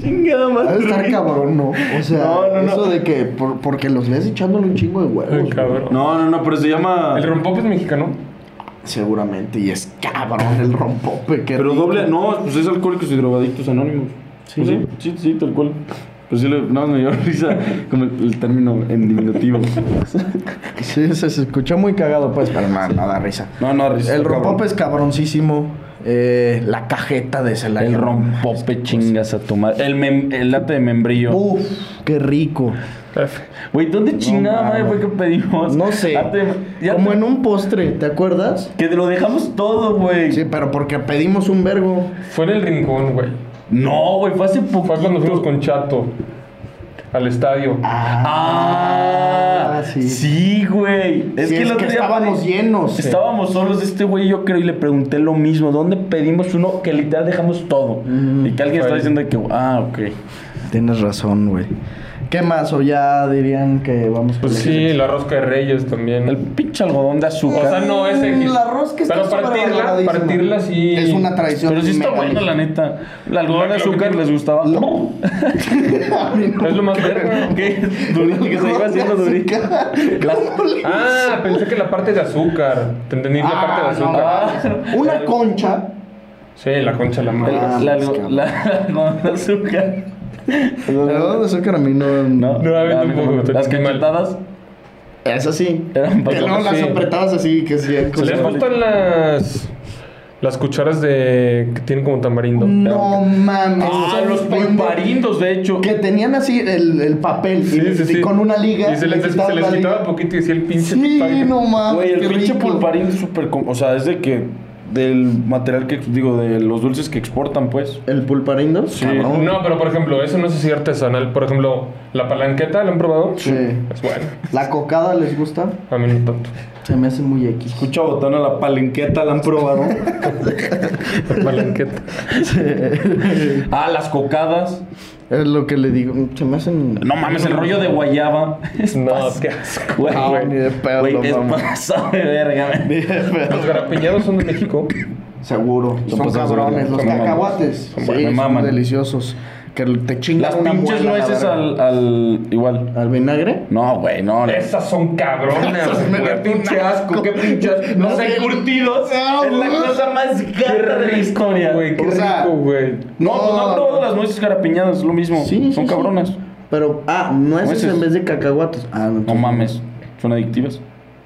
S3: Chingada
S2: Ha de
S3: madre.
S2: estar cabrón, ¿no? O sea,
S3: No, no, no.
S2: eso de que por- porque los ves echándole un chingo de
S4: Ay,
S2: huevos.
S4: cabrón.
S3: No, no, no, pero se llama.
S4: El rompop es mexicano.
S2: Seguramente, y es cabrón el rompope. qué
S3: Pero
S2: rico.
S3: doble, no, pues es Alcohólicos y Drogadictos Anónimos.
S2: Sí.
S3: Pues sí, sí, sí, tal cual. Pues sí, le- nada más me dio risa como el, el término en diminutivo.
S2: Sí, se, se escuchó muy cagado, pues, pero nada, nada, risa.
S3: No, no, risa.
S2: El
S3: cabrón.
S2: rompope es cabroncísimo. Eh, la cajeta de Celaya.
S3: El rompope chingas a tomar. El, mem- el latte de membrillo.
S2: Uf, qué rico.
S4: F.
S3: Güey, ¿dónde chingada madre
S2: mames.
S3: fue que pedimos?
S2: No sé.
S3: Latte- ya
S2: Como
S3: te-
S2: en un postre, ¿te acuerdas?
S3: Que te lo dejamos todo, güey.
S2: Sí, pero porque pedimos un vergo.
S4: Fue en el rincón, güey.
S3: No, güey, fue hace poco.
S4: Fue cuando fuimos con Chato al estadio.
S3: Ah,
S2: Ah, sí.
S3: Sí, güey.
S2: Es que,
S3: el
S2: es
S3: otro
S2: que
S3: día-
S2: estábamos llenos. eh.
S3: Estábamos solos este güey y yo creo y le pregunté lo mismo. ¿Dónde pedimos uno que literal dejamos todo?
S2: Mm,
S3: y que alguien está
S4: fue
S3: diciendo que, ah, ok.
S2: Tienes razón, güey. ¿Qué más? O ya dirían que vamos
S4: Pues sí, la rosca de Reyes también.
S3: El pinche algodón de
S4: o
S3: azúcar.
S4: sea, no es X.
S2: Mm, La rosca está
S4: Pero partirla,
S2: sobrevaloradísima.
S4: partirla sí.
S2: Es una tradición.
S3: Pero sí está
S2: mega
S3: bueno, la neta. El algodón de
S4: Lo que-
S3: azúcar les gustaba.
S4: Es lo más verga.
S3: ¿Qué? Durito, que se iba haciendo durito. Las-
S4: Ah, pensé que la parte de azúcar. Te entendí la parte de
S2: Ah, no,
S4: azúcar.
S2: mames. Una concha.
S4: Sí, la concha de la madre.
S2: Ah,
S3: El la-
S2: pues, cabrón.
S3: la- el algodón de azúcar.
S2: de azúcar a mí no.
S3: No,
S4: No, a mí
S3: no,
S4: tampoco,
S3: no.
S4: estoy
S3: Las
S4: mal.
S3: cachetadas.
S2: Es así.
S3: Eran
S2: Que
S3: para-
S2: no las
S4: sí.
S2: apretadas así, que sí.
S4: ¿Se
S2: como-
S4: les
S3: Vale.
S4: gustan las las cucharas de que tienen como tamarindo?
S2: No mames.
S3: Ah,
S2: son
S3: los
S2: pendejos.
S3: pulparindos, de hecho.
S2: Que tenían así el, el papel y, este,
S4: Sí, sí, sí.
S2: y con una liga.
S4: Y se les,
S2: quitabas
S4: se les
S2: la liga.
S4: quitaba poquito y decía el pinche.
S2: Sí,
S4: pan.
S2: no mames.
S3: Güey,
S2: Ah, qué
S3: el pinche
S2: rico.
S3: pulparín es súper. com- O sea, es de que. Del material que. Digo, de los dulces que exportan, pues.
S2: ¿El pulparindo? Sí.
S4: No, pero por ejemplo, eso no es así artesanal. Por ejemplo, la palanqueta, ¿la han probado?
S2: Sí.
S4: Es bueno.
S2: ¿La cocada les gusta?
S4: A mí no tanto.
S2: Se me hace muy X.
S3: Escucha botana la palenqueta, la han probado.
S4: La palanqueta.
S3: ah, las cocadas.
S2: Es lo que le digo. Se me hacen.
S3: No mames, el rollo de guayaba. Es
S4: No,
S3: pas-
S4: qué asco.
S3: Güey,
S2: No,
S3: güey.
S2: ni de pedo,
S3: Güey, es
S2: mamá.
S3: pasado de verga.
S4: Los garapiñados son de México.
S2: Seguro. Son,
S3: pasados de
S2: cabrones.
S3: verga.
S2: Los
S3: Son mamones.
S2: cacahuates.
S3: Son
S2: sí,
S3: buenos. Me
S2: son
S3: maman.
S2: deliciosos. Que te chingan
S3: Las
S2: una
S3: pinches
S2: muela, la
S3: nueces
S2: verga.
S3: al, al. Igual.
S2: ¿Al vinagre?
S3: No, güey, no. no.
S4: Esas son cabronas.
S2: Esas me
S4: güey.
S2: dan un
S3: Qué asco, qué pinche asco.
S2: No
S3: Los
S2: sé.
S3: encurtidos.
S2: No,
S3: Es la
S2: güey.
S3: cosa más cara de la historia.
S4: Güey, qué
S2: O sea,
S4: rico, güey.
S3: No, pues no
S2: No.
S3: han probado las nueces garapiñadas, es lo mismo.
S2: Sí,
S3: Son
S2: sí, sí.
S3: cabronas.
S2: Pero, ah, nueces,
S3: Nueces.
S2: en vez de cacahuates. Ah, no.
S3: No mames, son adictivas.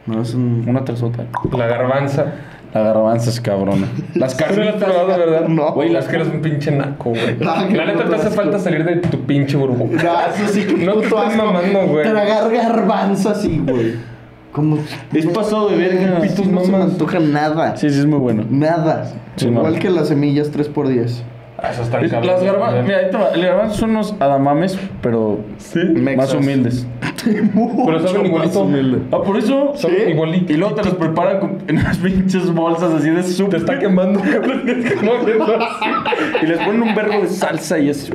S2: No, es un...
S3: Una tras otra.
S4: La garbanza.
S3: La garbanza es cabrona. Las
S4: Tú no las has
S3: carnitas.
S4: probado, ¿verdad?
S2: No.
S4: Güey, las que eres un pinche naco, güey.
S2: Ah, qué
S4: La neta
S2: puto
S4: te hace
S2: asco.
S4: falta salir de tu pinche burbuja.
S2: Ah, eso sí, qué
S4: No te
S2: puto
S4: estás
S2: asco.
S4: mamando, güey.
S2: Tragar garbanza así, güey. Como...
S3: Es pasado de verga.
S2: Pitos no se me
S4: mamas.
S2: antoja nada.
S3: Sí, sí, es muy bueno.
S2: Nada.
S3: Sí,
S2: Igual
S3: no.
S2: que las semillas 3x10.
S4: Ah, Esas están cabronas.
S3: Las garbanzas, mira, ahí te va. El garbanzo son unos adamames, pero
S4: Sí.
S3: más
S2: Mexas.
S3: humildes. Pero
S2: mucho
S3: saben
S2: más
S3: igualito.
S2: humilde.
S3: Ah, por eso saben
S2: ¿Sí?
S3: igualito. Y luego te los preparan con- en unas pinches bolsas así de súper. Te está quemando, Y les ponen un vergo de salsa y es.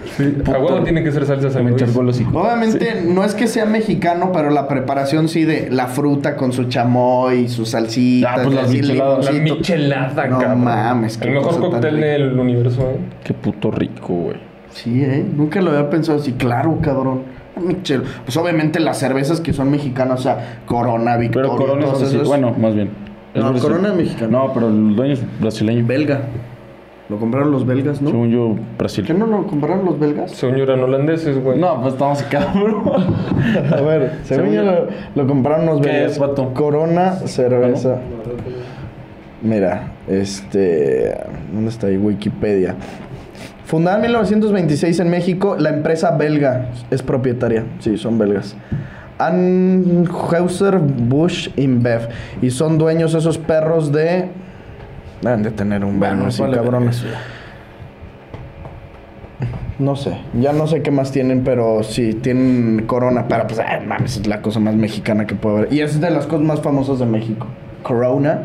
S4: A huevo tiene que ser salsa San
S3: Me
S4: Luis.
S3: encharcó el hocico.
S2: Obviamente, no es que sea mexicano, pero la preparación sí de la fruta con su chamoy, su salsita,
S3: Ah, pues las
S2: así,
S3: micheladas,
S4: La
S2: limoncito.
S4: michelada,
S2: No
S4: cabrón.
S2: mames, qué
S4: El mejor
S2: cosa tan
S4: cóctel
S2: rica.
S4: del universo, ¿eh?
S3: Qué puto rico, güey.
S2: Sí, ¿eh? Nunca lo había pensado así, claro, cabrón. Michel- Pues obviamente las cervezas que son mexicanas, o sea, Corona, Victoria.
S3: Pero Corona es
S2: todas
S3: brasileño.
S2: esas-
S3: Bueno, más bien.
S2: No,
S3: brasi-
S2: Corona es mexicano.
S3: No, pero el dueño es brasileño.
S2: Belga. Lo compraron los belgas, ¿no?
S3: Según yo,
S2: ¿Qué
S3: Brasil.
S2: no lo compraron los belgas?
S4: Según yo eran holandeses, güey.
S3: No, pues estamos cabrón.
S2: A ver,
S3: según yo lo-
S2: compraron los
S3: ¿Qué belgas. es, vato?
S2: Corona,
S3: cerveza.
S2: Mira, este. ¿Dónde está ahí? Wikipedia. Fundada en 1926 en México, la empresa belga es propietaria. Sí, son belgas. Anheuser Busch InBev. Y son dueños esos perros de. Deben de tener un verano así,
S3: vale,
S2: cabrones. No sé, ya no sé qué más tienen, pero sí, tienen corona, pero pues, ay, mames, es la cosa más mexicana que puedo haber. Y es de las cosas más famosas de México. Corona,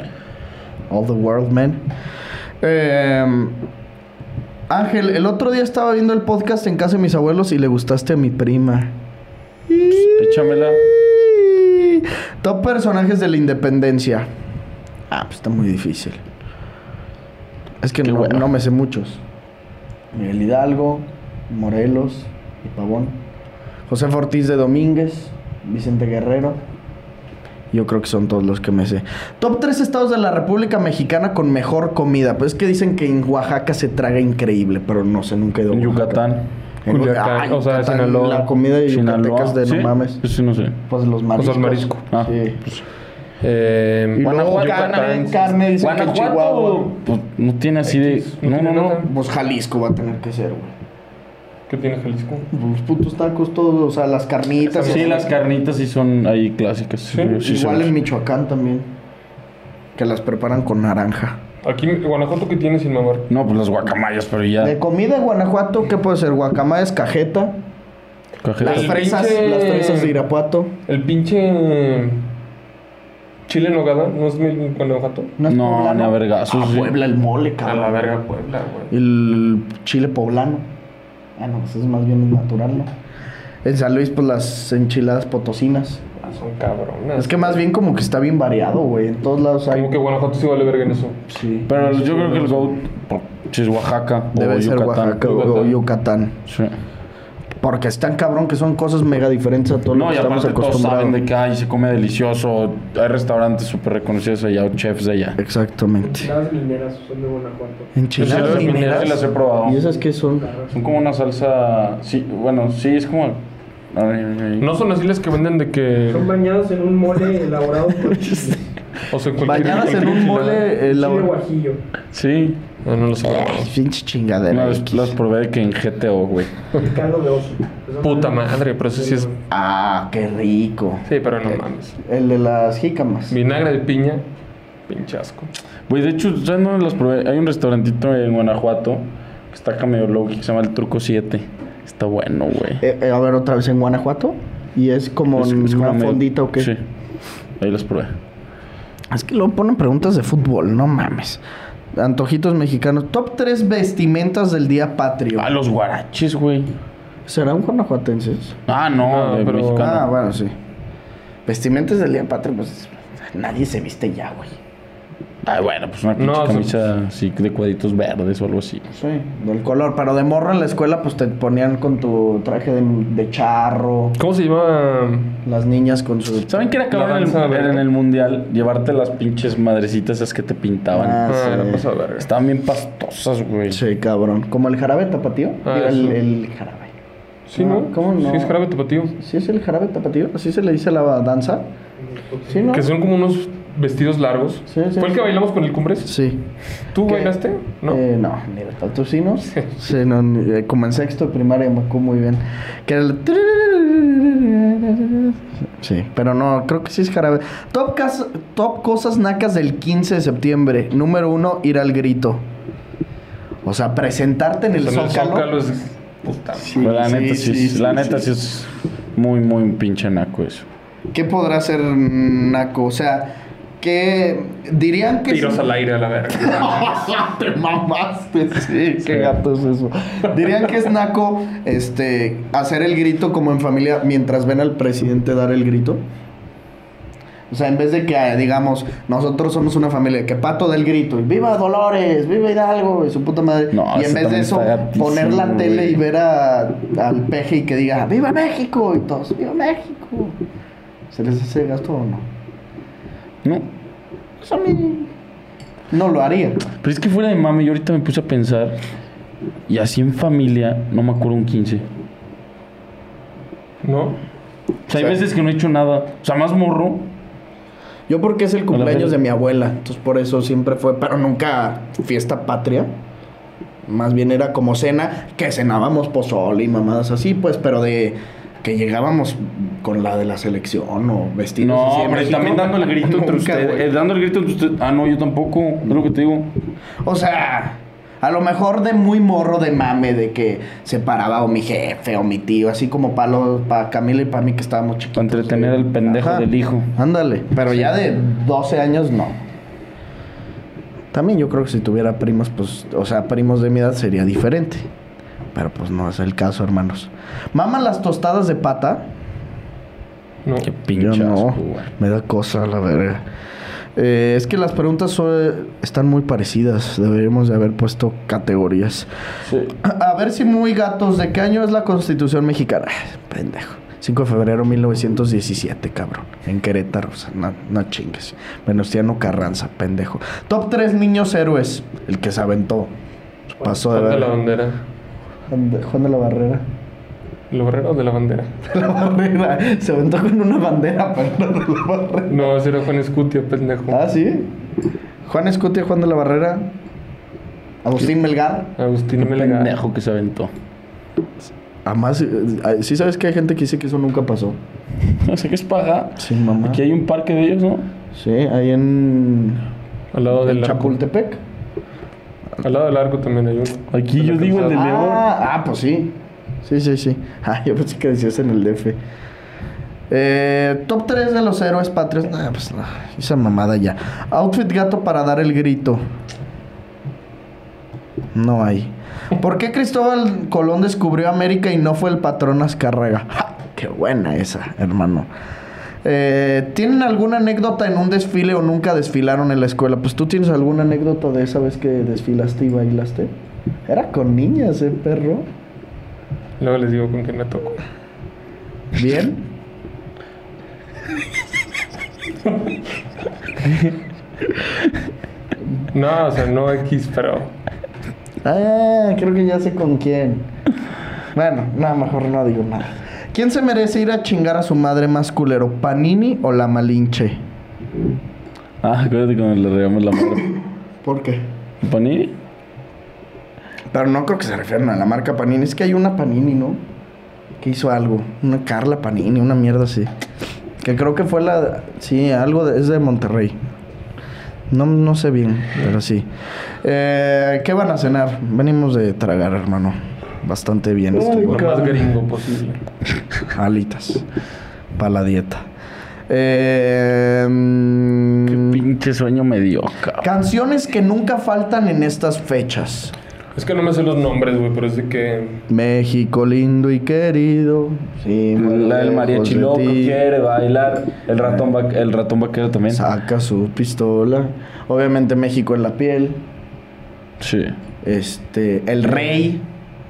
S2: all the world, man. Eh, Ángel, el otro día estaba viendo el podcast en casa de mis abuelos y le gustaste a mi prima.
S3: Échamela.
S2: Top personajes de la independencia. Ah, pues está muy difícil. Es que
S3: Qué
S2: no,
S3: hueva.
S2: no me sé muchos. Miguel Hidalgo, Morelos y Pavón. José Ortiz de Domínguez, Vicente Guerrero. Yo creo que son todos los que me sé. Top 3 estados de la República Mexicana con mejor comida. Pues es que dicen que en Oaxaca se traga increíble, pero no sé, nunca he ido a
S3: En
S2: Oaxaca.
S3: Yucatán.
S2: En-
S4: Culiacán,
S2: Ay,
S4: o sea,
S2: Yucatán,
S4: Sinaloa,
S2: La comida de
S3: Sinaloa.
S2: Yucatecas de
S3: ¿Sí?
S2: no mames.
S3: Eso sí, no sé.
S2: Pues los mariscos.
S4: el marisco.
S3: Ah,
S2: Sí.
S4: Eh,
S2: Y luego
S4: Yucatán,
S2: carne,
S4: sí.
S2: carne dicen que en Chihuahua.
S3: Guanajuato. Pues no tiene así de. No, no, no.
S2: Pues Jalisco va a tener que ser, güey.
S4: ¿Qué tiene Jalisco?
S2: Los putos tacos, todos, o sea, las carnitas.
S3: Sí, las carnitas sí son ahí clásicas.
S4: Sí,
S2: Igual
S3: son.
S2: en Michoacán también. Que las preparan con naranja.
S4: Aquí, Guanajuato, ¿qué tiene sin mamar?
S3: No, pues las guacamayas, pero
S2: De
S3: ya.
S2: comida de Guanajuato, ¿qué puede ser? Guacamayas, cajeta.
S3: Cajeta.
S2: Las
S4: El
S2: fresas,
S4: pinche-
S2: las fresas de Irapuato.
S4: El pinche em, chile en nogada, ¿no es mi Guanajuato?
S2: es
S3: No,
S2: poblano?
S3: ni a vergazos,
S2: Ah,
S3: sí.
S2: Puebla, el mole,
S4: A
S2: cabrón.
S4: la verga Puebla, güey.
S2: El chile poblano. Ah, no, pues es más bien natural, ¿no? En San Luis, pues las enchiladas potosinas.
S4: Ah, Son cabronas.
S2: Es que más bien como que está bien variado, güey. En todos lados hay.
S4: Como que Guanajuato sí vale verga en eso.
S2: Sí.
S3: Pero yo creo que el GOAT por- si es Oaxaca
S2: Debe
S3: o
S2: ser
S3: Yucatán.
S2: Oaxaca o
S4: Yucatán.
S2: Yucatán.
S3: Sí.
S2: Porque es tan cabrón que son cosas mega diferentes a todo lo
S3: No,
S2: que
S3: y
S2: estamos
S3: aparte todos
S2: acostumbrados.
S3: saben de que ay, se come delicioso. Hay restaurantes súper reconocidos allá o chefs de allá.
S2: Exactamente.
S5: Las mineras son de Guanajuato.
S2: Enchiladas
S3: Enchiladas mineras
S2: mineras.
S3: sí las he probado.
S2: ¿Y esas qué son?
S3: Son como una salsa. Sí, bueno, sí, es como. ay, ay, ay.
S4: No son así las que venden de que.
S5: Son bañados en un mole elaborado con chile
S4: O sea, cualquier-
S2: Bañadas en
S4: cualquier
S2: un
S4: chilada.
S2: mole. eh, la-
S5: chile guajillo.
S3: Sí.
S4: Ah, No, no lo sé.
S2: Pinche
S3: Una
S2: chingadera.
S3: vez
S2: X.
S3: las probé que en GTO, güey.
S5: Y caldo de oso. Son
S4: Puta madre, pero eso sí es.
S2: Ah, qué rico.
S4: Sí, pero no mames.
S2: El de las jícamas.
S4: Vinagre de piña, pinche asco.
S3: Güey, de hecho, ya no las probé. Hay un restaurantito en Guanajuato que está acá medio low que se llama El Truco 7. Está bueno, güey.
S2: Eh, eh, a ver, otra vez en Guanajuato. Y es como
S3: Es-
S2: en
S3: es como
S2: una
S3: medio-
S2: fondita o qué.
S3: Sí. Ahí las probé.
S2: Es que luego ponen preguntas de fútbol, no mames. Antojitos mexicanos. Top 3 vestimentas del día patrio.
S3: Ah, los guaraches, güey.
S2: ¿Serán guanajuatenses?
S3: Ah, no,
S4: No,
S3: de
S4: pero-
S3: mexicano.
S2: Ah, bueno, sí. Vestimentas del día patrio, pues nadie se viste ya, güey.
S3: Ah, bueno, pues una pinche
S4: No,
S3: camisa así de cuadritos verdes o algo así.
S2: Sí, del color. Pero de morro en la escuela, pues te ponían con tu traje de, de charro.
S4: ¿Cómo se llama?
S2: Las niñas con su.
S3: ¿Saben qué era
S4: La
S3: cabrón en
S4: danza
S3: el,
S4: verde.
S3: en el mundial? Llevarte las pinches madrecitas esas que te pintaban.
S2: Ah,
S4: Ah,
S2: sí.
S4: la cosa verga.
S3: Estaban bien pastosas, güey.
S2: Sí, cabrón. Como el jarabe tapatío.
S4: Ah,
S2: Digo, el,
S4: eso.
S2: el jarabe.
S4: Sí,
S2: No,
S4: ¿no?
S2: Ah, ¿cómo no?
S4: Sí, es jarabe tapatío.
S2: ¿Sí es el jarabe tapatío? ¿Así se le dice la danza? Sí, ¿no?
S4: Que son como unos vestidos largos.
S2: Sí, sí,
S4: ¿Fue
S2: sí.
S4: el que bailamos con el Cumbres?
S2: Sí.
S4: ¿Tú
S2: ¿Qué?
S4: bailaste?
S2: No,
S4: No.
S2: eh, no ni de tanto sí, ¿no? Sí, no, ni- eh, como en sexto de primaria me acuerdo muy bien. Que era el... Sí, pero no, creo que sí es jarabe. Top, cas- top cosas nacas del 15 de septiembre. Número uno, ir al grito. O sea, presentarte en el,
S4: O sea, Pues en
S2: zócalo.
S4: es. Puta.
S2: Sí,
S3: Pero la
S2: sí,
S3: neta sí,
S2: sí,
S3: es- la
S2: sí,
S3: neta
S2: sí.
S3: sí es Muy, muy pinche naco eso.
S2: ¿Qué podrá ser naco? O sea, ¿qué dirían que
S4: Tiros al aire a la verga.
S2: Te mamaste, Pues sí, qué gato es eso. Dirían que es naco este hacer el grito como en familia mientras ven al presidente dar el grito. O sea, en vez de que eh, digamos, nosotros somos una familia que pato del grito y viva Dolores, viva Hidalgo y su puta madre.
S3: No,
S2: y en
S3: eso
S2: vez de
S3: también
S2: eso,
S3: está gatísimo,
S2: poner la
S3: güey.
S2: tele y ver a- al peje y que diga, viva México y todos, viva México. ¿Se les hace gasto o no?
S3: No.
S2: Pues a mí no lo haría.
S3: Pero es que fuera de mami, yo ahorita me puse a pensar. Y así en familia, no me acuerdo un 15.
S4: ¿No?
S3: O sea, hay
S2: Sí.
S3: veces que no he hecho nada. O sea, más morro.
S2: Yo porque es el
S3: la
S2: cumpleaños
S3: feria.
S2: de mi abuela, entonces por eso siempre fue, pero nunca fiesta patria. Más bien era como cena, que cenábamos pozole y mamadas así, pues, pero de que llegábamos con la de la selección o vestidos
S3: No,
S2: así de
S3: hombre,
S2: México.
S3: también dando el grito entre
S2: Nunca,
S3: ustedes.
S2: güey.
S3: eh, dando el grito entre ustedes. Ah, no, yo tampoco. Es lo que te digo.
S2: O sea, a lo mejor de muy morro de mame, de que se paraba o mi jefe o mi tío, así como palo para Camila y para mí que estábamos chiquitos.
S3: Para entretener
S2: güey.
S3: al pendejo
S2: Ajá.
S3: del hijo.
S2: Ándale, pero ya de 12 años no. También yo creo que si tuviera primos, pues, o sea, primos de mi edad sería diferente. Pero pues no es el caso, hermanos. ¿Maman las tostadas de pata?
S4: No.
S3: Qué pinche asco, güey.
S2: Me da cosa, la verga. Eh, es que las preguntas son- están muy parecidas. Deberíamos de haber puesto categorías. A ver si muy gatos, ¿de qué año es la Constitución mexicana? Pendejo. 5 de febrero 1917, cabrón. En Querétaro, o sea, no, no chingues. Venustiano Carranza, pendejo. Top 3 niños héroes. El que se aventó. Pasó de
S4: Juan de la
S2: ver.
S4: bandera.
S2: Juan de la Barrera.
S4: ¿El obrero o de la bandera?
S2: La Barrera. Se aventó con una bandera, pero no de la Barrera.
S4: No, ese era Juan Escutia, pendejo.
S2: Ah, sí. Juan Escutia, Juan de la Barrera. Agustín Melgar.
S4: Agustín Melgar.
S3: Pendejo que se aventó.
S2: Además, eh, eh, sí sabes que hay gente que dice que eso nunca pasó.
S3: No sé qué es paja.
S2: Sí, mamá.
S3: Aquí hay un parque de ellos, ¿no?
S2: Sí, ahí en,
S4: Al lado
S2: en
S4: del arco.
S2: Chapultepec.
S4: Al lado del arco también hay uno.
S3: Aquí yo digo el de León.
S2: Ah, ah, pues sí. Sí, sí, sí. Ah, yo pensé que decías en el DF. Eh, top 3 de los héroes patrios. Nah, pues no. Esa mamada ya. Outfit gato para dar el grito. No hay. ¿Por qué Cristóbal Colón descubrió América y no fue el patrón Azcárraga? ¡Ja! ¡Qué buena esa, hermano! Eh, ¿Tienen alguna anécdota en un desfile o nunca desfilaron en la escuela? Pues tú tienes alguna anécdota de esa vez que desfilaste y bailaste. Era con niñas, ¿eh, perro?
S4: Luego les digo con quién me tocó.
S2: ¿Bien?
S4: No, o sea, no X, pero.
S2: Ah, creo que ya sé con quién. Bueno, nada, mejor no digo nada. ¿Quién se merece ir a chingar a su madre más culero? ¿Panini o la Malinche?
S3: Ah, acuérdate cuando le regamos la madre.
S2: ¿Por qué?
S3: ¿Panini?
S2: Pero no creo que se refieran a la marca Panini. Es que hay una Panini, ¿no? Que hizo algo. Una Carla Panini, una mierda así. Que creo que fue la... Sí, algo de- es de Monterrey. No, no sé bien, pero sí. Eh, ¿Qué van a cenar? Venimos de tragar, hermano. Bastante bien. estuvo.
S4: Lo más gringo posible.
S2: Alitas. Para la dieta. Eh,
S3: Qué
S2: mm,
S3: pinche sueño me dio, cabrón.
S2: canciones que nunca faltan en estas fechas.
S4: Es que no me sé los nombres, güey, pero es de que.
S2: México lindo y querido. Sí, muy
S3: La del
S2: lejos
S3: mariachi
S2: de
S3: loco
S2: ti.
S3: quiere bailar. El ratón, va- el ratón vaquero también.
S2: Saca su pistola. Obviamente México en la piel.
S3: Sí.
S2: Este, el rey.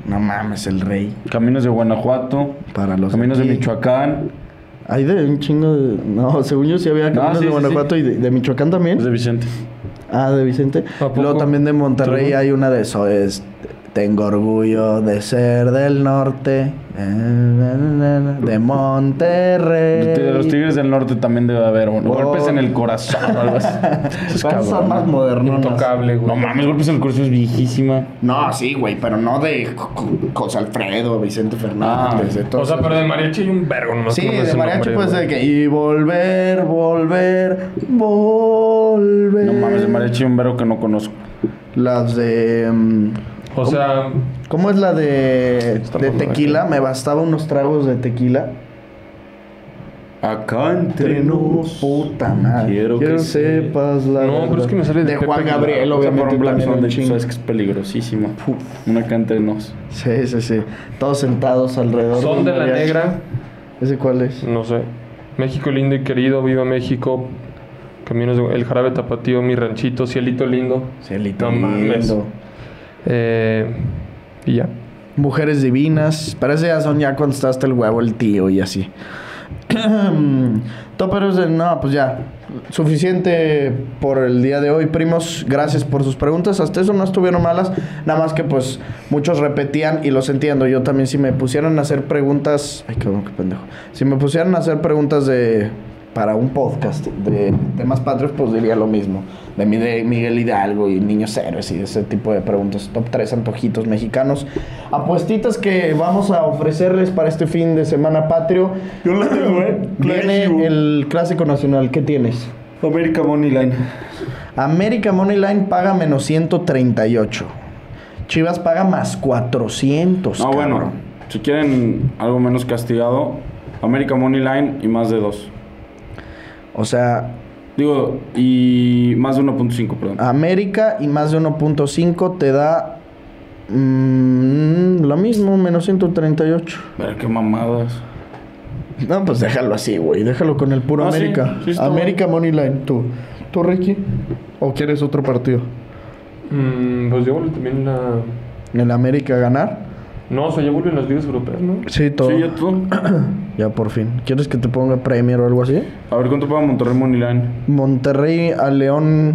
S2: No mames, el rey.
S3: Caminos de Guanajuato.
S2: Para los
S3: Caminos de
S2: aquí.
S3: Michoacán.
S2: Hay de un chingo de... No, según yo sí había caminos
S3: sí,
S2: de
S3: sí,
S2: Guanajuato
S3: sí.
S2: y de, de Michoacán también.
S3: Es de Vicente.
S2: Ah, de Vicente.
S4: ¿A poco?
S2: Luego también de Monterrey hay una de eso. Es, tengo orgullo de ser del norte. eh, na, na, na, De Monterrey.
S3: De los Tigres del Norte también debe haber. bueno,
S2: Oh.
S3: Golpes en el corazón o algo así. Esos
S2: Pero esas son
S3: cabrones.
S2: más modernos.
S4: Intocable, güey.
S3: No mames, golpes en el corazón es viejísima.
S2: No, sí, güey, pero no de José Alfredo, Vicente Fernández, de
S4: O
S2: todos
S4: sea,
S2: esos.
S4: pero de mariachi hay un vergo, nomás
S2: Sí,
S4: que no me sé
S2: de
S4: el
S2: mariachi
S4: nombre,
S2: pues
S4: güey.
S2: de que... Y volver, volver, volver.
S3: No mames, de mariachi un verbo que no conozco.
S2: Las de... mm,
S4: O sea,
S2: ¿Cómo es la de,
S4: Estamos
S2: de
S4: mal acá.
S2: tequila? Me bastaba unos tragos de tequila.
S3: Acá entre nos.
S2: Puta madre.
S3: Quiero que
S2: sepas la
S4: No, pero es que me sale
S2: de,
S4: de
S2: Juan
S4: Pepe
S2: Gabriel,
S4: Aguilar.
S3: O sea, por
S2: obviamente.
S3: un Black
S2: también un
S3: Sunday, tú
S2: chingo.
S3: sabes que es peligrosísima. Una acá entre nos.
S2: Sí, sí, sí. Todos sentados alrededor.
S4: Son
S2: un
S4: de la
S2: mariachi.
S4: negra.
S2: ¿Ese cuál es?
S4: No sé. México lindo y querido, viva México. Caminos de- El Jarabe Tapatío, Mi Ranchito, Cielito Lindo.
S2: Celito
S4: No mames. Eh, y ya.
S2: Mujeres divinas. Parece ya son ya cuando está hasta el huevo el tío y así. Toperos de. No, pues ya. Suficiente por el día de hoy, primos. Gracias por sus preguntas. Hasta eso no estuvieron malas. Nada más que, pues, muchos repetían y los entiendo. Yo también, si me pusieran a hacer preguntas. Ay, cabrón, qué pendejo. Si me pusieran a hacer preguntas de. Para un podcast de temas patrios, pues diría lo mismo. De mi- de Miguel Hidalgo y Niños Héroes y ese tipo de preguntas. Top 3 antojitos mexicanos. Apuestitas que vamos a ofrecerles para este fin de semana patrio.
S3: Yo la tengo, eh.
S2: Viene el clásico nacional. ¿Qué tienes?
S3: América Money Line.
S2: América Money Line paga menos 138. Chivas paga más 400.
S3: No,
S2: Pues, cabrón.
S3: bueno. Si quieren algo menos castigado, América Money Line y más de 2.
S2: O sea,
S3: Digo, y más de 1.5, perdón.
S2: Ah. América y más de 1.5 te da mm, lo mismo, menos 138.
S3: Ver qué mamadas.
S2: No, pues déjalo así, güey. Déjalo con el puro
S3: Ah, sí,
S2: América.
S3: sí está
S2: América Money Line, tú. ¿Tú, Ricky? ¿O quieres otro partido?
S4: Mm, pues yo vuelvo también la.
S2: ¿El América ganar?
S4: No, o sea, ya vuelven las ligas europeas, ¿no?
S2: Sí, todo.
S3: Sí, yo tú.
S2: Ya por fin. ¿Quieres que te ponga Premier o algo así?
S3: A ver cuánto paga Monterrey Money Line.
S2: Monterrey a León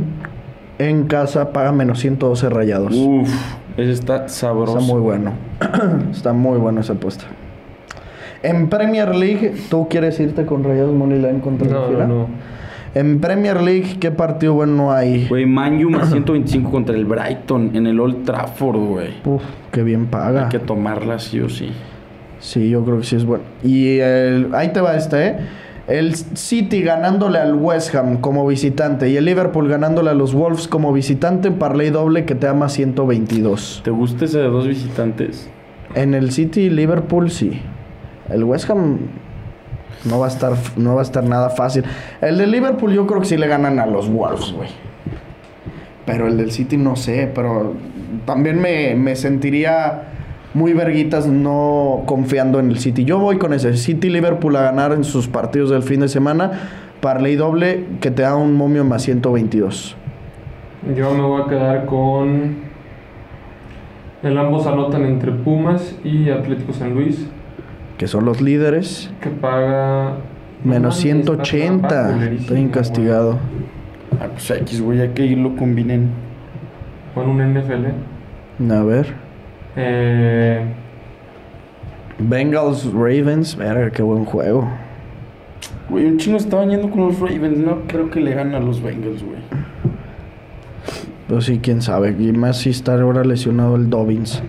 S2: en casa paga menos 112 rayados.
S3: Uf, ese está sabroso.
S2: Está muy bueno. Está muy bueno esa apuesta. En Premier League, ¿tú quieres irte con Rayados Moneyline contra la
S4: No,
S2: Fiera?
S4: no, no.
S2: En Premier League, ¿qué partido bueno hay?
S4: Pues,
S3: Güey, Manu más 125 contra el Brighton en el Old Trafford, güey.
S2: Uf, qué bien paga.
S3: Hay que tomarla sí o sí.
S2: Sí, yo creo que sí es bueno. Y el- ahí te va este, ¿eh? El City ganándole al West Ham como visitante y el Liverpool ganándole a los Wolves como visitante en parlay doble que te ama 122.
S3: ¿Te gusta ese de dos visitantes?
S2: En el City y Liverpool sí. El West Ham no va a estar no va a estar nada fácil. El de Liverpool yo creo que sí le ganan a los Wolves, güey. Pero el del City no sé, pero también me, me sentiría muy verguitas no confiando en el City. Yo voy con ese City Liverpool a ganar en sus partidos del fin de semana. Parley doble que te da un momio más 122.
S4: Yo me voy a quedar con. El ambos anotan entre Pumas y Atlético San Luis,
S2: Que son los líderes.
S4: que paga.
S2: Menos
S4: No mames, está- está
S2: 180.
S4: culerísimo,
S2: Estoy
S4: güey.
S2: castigado.
S3: Ah, pues X, güey, hay que irlo combinen.
S4: Con un NFL.
S2: A ver.
S4: Eh,
S2: Bengals Ravens, verga, qué buen juego.
S3: Güey, un chingo estaban yendo con los Ravens. No creo que le ganen a los Bengals, güey.
S2: Pero sí, quién sabe. Y más si está ahora lesionado el Dobbins.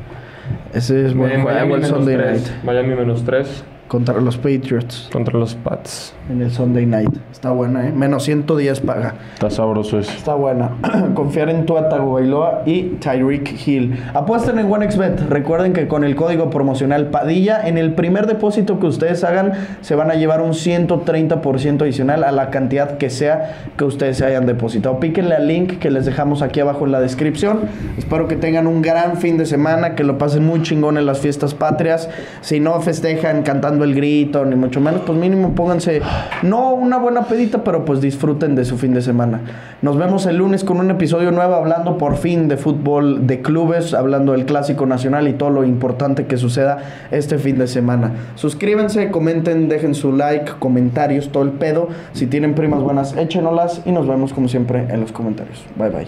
S2: Ese es buen
S4: en
S2: juego el
S4: menos
S2: Sunday
S4: tres.
S2: night.
S4: Miami menos 3
S2: Contra los Patriots
S4: contra los Pats.
S2: en el Sunday night. Está buena, ¿eh? Menos 110 paga.
S3: Está sabroso ese.
S2: Está buena. Confiar en Tua Tagovailoa y Tyreek Hill. Apuesten en OneXBet. Recuerden que con el código promocional Padilla, en el primer depósito que ustedes hagan, se van a llevar un 130% adicional a la cantidad que sea que ustedes se hayan depositado. Píquenle al link que les dejamos aquí abajo en la descripción. Espero que tengan un gran fin de semana, que lo pasen muy chingón en las fiestas patrias. Si no festejan cantando el grito, ni mucho menos, pues mínimo pónganse, no una buena pedita, pero pues disfruten de su fin de semana. Nos vemos el lunes con un episodio nuevo hablando por fin de fútbol de clubes, hablando del clásico nacional y todo lo importante que suceda este fin de semana. Suscríbanse, comenten, dejen su like, comentarios, todo el pedo. Si tienen primas buenas, échenolas y nos vemos como siempre en los comentarios. Bye bye.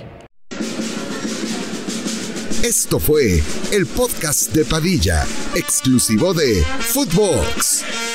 S1: Esto fue el podcast de Padilla, exclusivo de Footbox.